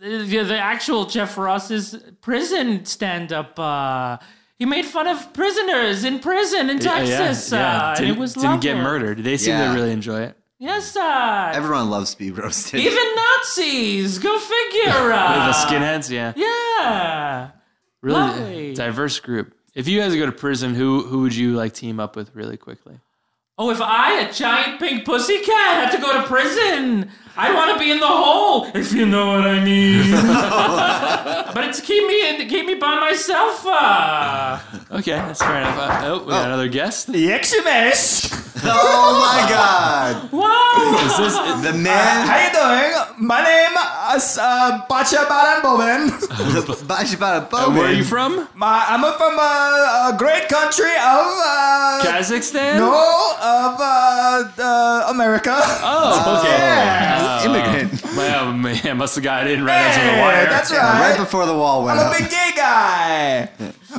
[SPEAKER 8] the, the actual Jeff Ross's prison stand-up. Uh, he made fun of prisoners in prison in
[SPEAKER 1] Yeah,
[SPEAKER 8] Texas.
[SPEAKER 1] yeah, yeah.
[SPEAKER 8] Uh, and
[SPEAKER 1] Didn't,
[SPEAKER 8] it was
[SPEAKER 1] didn't get
[SPEAKER 8] lovely.
[SPEAKER 1] murdered. They seem
[SPEAKER 2] Yeah.
[SPEAKER 1] to really enjoy it.
[SPEAKER 8] Yes, uh,
[SPEAKER 2] Everyone loves speed roasted.
[SPEAKER 8] even Nazis. Go figure. Uh,
[SPEAKER 1] the skinheads, yeah,
[SPEAKER 8] Yeah.
[SPEAKER 1] really uh,
[SPEAKER 8] lovely.
[SPEAKER 1] diverse group. If you guys go to prison, who who would you like team up with really quickly?
[SPEAKER 8] Oh, if I, a giant pink pussycat, had to go to prison, I'd want to be in the hole, if you know what I mean. but it's keep me in, keep me by myself. Uh.
[SPEAKER 1] Okay, that's fair enough. Uh, oh, we got another guest. Is
[SPEAKER 3] The
[SPEAKER 8] uh.
[SPEAKER 3] Xmas.
[SPEAKER 2] oh my god.
[SPEAKER 8] Whoa!
[SPEAKER 1] this
[SPEAKER 2] The man
[SPEAKER 3] How you doing? My name is uh, Bacha Baran Boban.
[SPEAKER 2] Bajibada Bowman.
[SPEAKER 1] Uh, where are you from?
[SPEAKER 3] My, I'm from uh, a, a great country of uh,
[SPEAKER 1] Kazakhstan.
[SPEAKER 3] no of uh, uh, America.
[SPEAKER 1] Oh, okay. Uh,
[SPEAKER 2] Yeah. Immigrant.
[SPEAKER 1] Wow, man, must have got in right under the
[SPEAKER 3] Hey,
[SPEAKER 1] wire.
[SPEAKER 3] that's
[SPEAKER 2] Right
[SPEAKER 3] right.
[SPEAKER 2] before the wall went
[SPEAKER 3] I'm a
[SPEAKER 2] up.
[SPEAKER 3] big gay guy.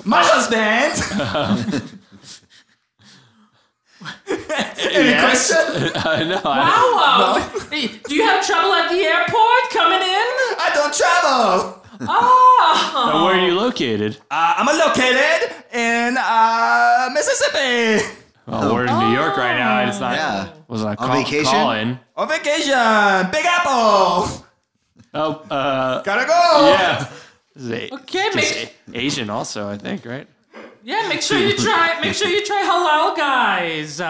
[SPEAKER 3] My husband. Any question?
[SPEAKER 1] Uh, no, I,
[SPEAKER 8] Wow! Hey, Do you have trouble at the airport coming in?
[SPEAKER 3] I don't travel.
[SPEAKER 8] Oh!
[SPEAKER 1] where are you located?
[SPEAKER 3] Uh, I'm located in uh, Mississippi
[SPEAKER 1] Well, we're in New York right now, and it's not.
[SPEAKER 2] Yeah.
[SPEAKER 1] Was not
[SPEAKER 2] On
[SPEAKER 1] call,
[SPEAKER 2] vacation?
[SPEAKER 1] calling.
[SPEAKER 3] on vacation. Big Apple.
[SPEAKER 1] Oh, uh,
[SPEAKER 3] Gotta go.
[SPEAKER 1] yeah. This is a-
[SPEAKER 8] Okay,
[SPEAKER 1] just
[SPEAKER 8] make,
[SPEAKER 1] a- Asian also, I think, right?
[SPEAKER 8] yeah, make sure you try, make sure you try halal guys. Uh.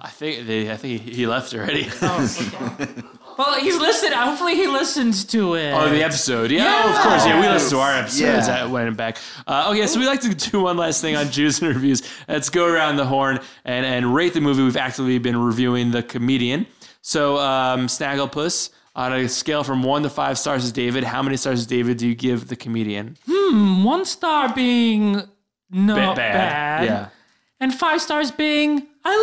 [SPEAKER 1] I think they, I think he left already.
[SPEAKER 8] Well, he's listened. Hopefully, he listens to it.
[SPEAKER 1] Oh, the episode. Yeah, oh, of course. Yeah, we listened to our episodes
[SPEAKER 2] Yeah.
[SPEAKER 1] that went back. Uh, okay, so we like to do one last thing on Jews and Reviews. Let's go around the horn and, and rate the movie. We've actively been reviewing The Comedian. So, um, Snagglepuss, on a scale from one to five stars is David, how many stars is David do you give The Comedian?
[SPEAKER 8] One star being no
[SPEAKER 1] Ba-
[SPEAKER 8] bad.
[SPEAKER 1] Yeah.
[SPEAKER 8] and five stars being I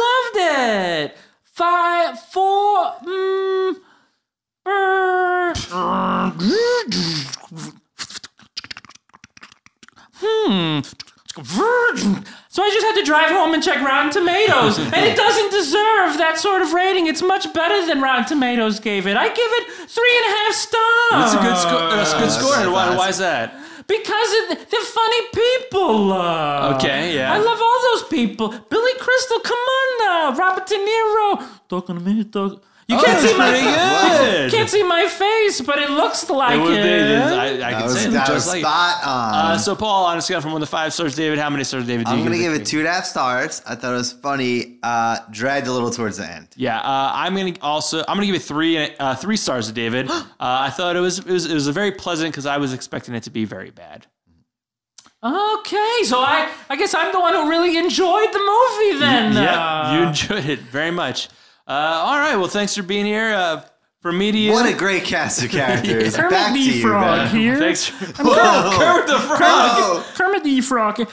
[SPEAKER 8] loved it. Five, four, mm, er, hmm. So I just had to drive home and check Rotten Tomatoes, and it doesn't deserve that sort of rating. It's much better than Rotten Tomatoes gave it. I give it three and a half stars.
[SPEAKER 1] That's a
[SPEAKER 8] Oh,
[SPEAKER 1] good, sco- uh, that's a good score. And why,
[SPEAKER 2] nice.
[SPEAKER 1] why is that?
[SPEAKER 8] Because of the, they're funny people. uh.
[SPEAKER 1] Okay, yeah.
[SPEAKER 8] I love all those people. Billy Crystal, come on now. Robert De Niro. Talking to me, talk. You can't
[SPEAKER 1] Oh, that's
[SPEAKER 8] see my
[SPEAKER 1] pretty good.
[SPEAKER 8] can't see my face, but it looks like
[SPEAKER 1] It would
[SPEAKER 8] it.
[SPEAKER 1] be- I, I
[SPEAKER 2] That
[SPEAKER 1] can
[SPEAKER 2] was,
[SPEAKER 1] say it
[SPEAKER 2] that was
[SPEAKER 1] just like it.
[SPEAKER 2] spot on.
[SPEAKER 1] Uh, so, Paul, on a scale from one to five stars, David, how many stars, David? Do
[SPEAKER 2] I'm
[SPEAKER 1] you
[SPEAKER 2] gonna
[SPEAKER 1] The
[SPEAKER 2] give it
[SPEAKER 1] Comedian?
[SPEAKER 2] two and a half stars. I thought it was funny. Uh, dragged a little towards the end.
[SPEAKER 1] Yeah, uh, I'm gonna also I'm gonna give it three uh, three stars to David. uh, I thought it was it was, it was a very pleasant because I was expecting it to be very bad.
[SPEAKER 8] Okay, so I I guess I'm the one who really enjoyed the movie then.
[SPEAKER 1] yeah,
[SPEAKER 8] uh.
[SPEAKER 1] you enjoyed it very much. Uh, all right, well, thanks for being here. Uh, from me to you.
[SPEAKER 2] What a great cast of characters.
[SPEAKER 8] Kermit
[SPEAKER 2] Back to
[SPEAKER 8] the
[SPEAKER 2] you,
[SPEAKER 8] Frog
[SPEAKER 2] man.
[SPEAKER 8] here.
[SPEAKER 1] Thanks. For,
[SPEAKER 2] Whoa.
[SPEAKER 1] Kermit the Frog.
[SPEAKER 2] Oh,
[SPEAKER 8] Kermit the Frog. Hiya!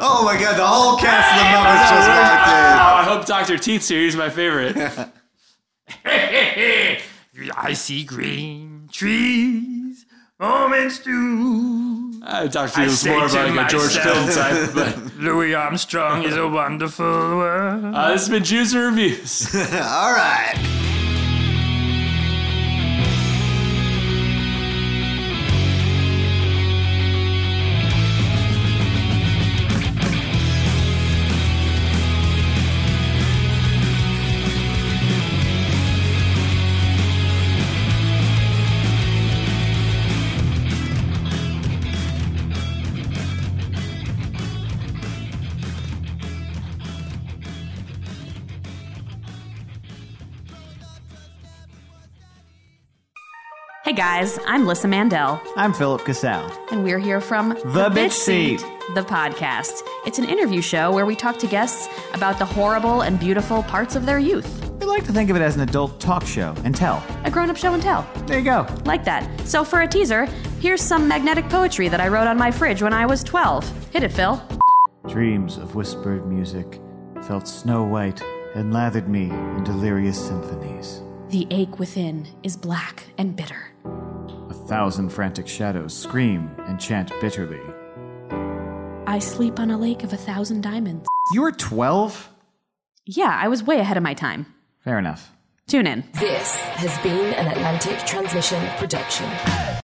[SPEAKER 2] oh my god, the whole cast of the Muppets just walked
[SPEAKER 1] Oh, I hope Doctor Teeth's here. He's my favorite.
[SPEAKER 5] I see green trees, moments do.
[SPEAKER 1] Uh, Doctor Teeth was
[SPEAKER 5] say
[SPEAKER 1] more of
[SPEAKER 5] to
[SPEAKER 1] like a George
[SPEAKER 5] myself-
[SPEAKER 1] Clinton type. But
[SPEAKER 5] Louis Armstrong is a wonderful world.
[SPEAKER 1] uh, this has been Jews and Reviews.
[SPEAKER 2] in. All right.
[SPEAKER 12] Hey guys, I'm Lissa Mandel,
[SPEAKER 13] I'm Philip Cassell.
[SPEAKER 12] and we're here from
[SPEAKER 13] The Bitch Seat.
[SPEAKER 12] the podcast. It's an interview show where we talk to guests about the horrible and beautiful parts of their youth.
[SPEAKER 13] We like to think of it as an adult talk show and tell.
[SPEAKER 12] A grown up show and tell.
[SPEAKER 13] There you go.
[SPEAKER 12] Like that. So, for a teaser, here's some magnetic poetry that I wrote on my fridge when I was 12. Hit it, Phil.
[SPEAKER 13] Dreams of whispered music felt snow white and lathered me in delirious symphonies.
[SPEAKER 12] The ache within is black and bitter.
[SPEAKER 13] A thousand frantic shadows scream and chant bitterly.
[SPEAKER 12] I sleep on a lake of a thousand diamonds.
[SPEAKER 13] You were 12?
[SPEAKER 12] Yeah, I was way ahead of my time.
[SPEAKER 13] Fair enough.
[SPEAKER 12] Tune in.
[SPEAKER 14] This has been an Atlantic Transmission production.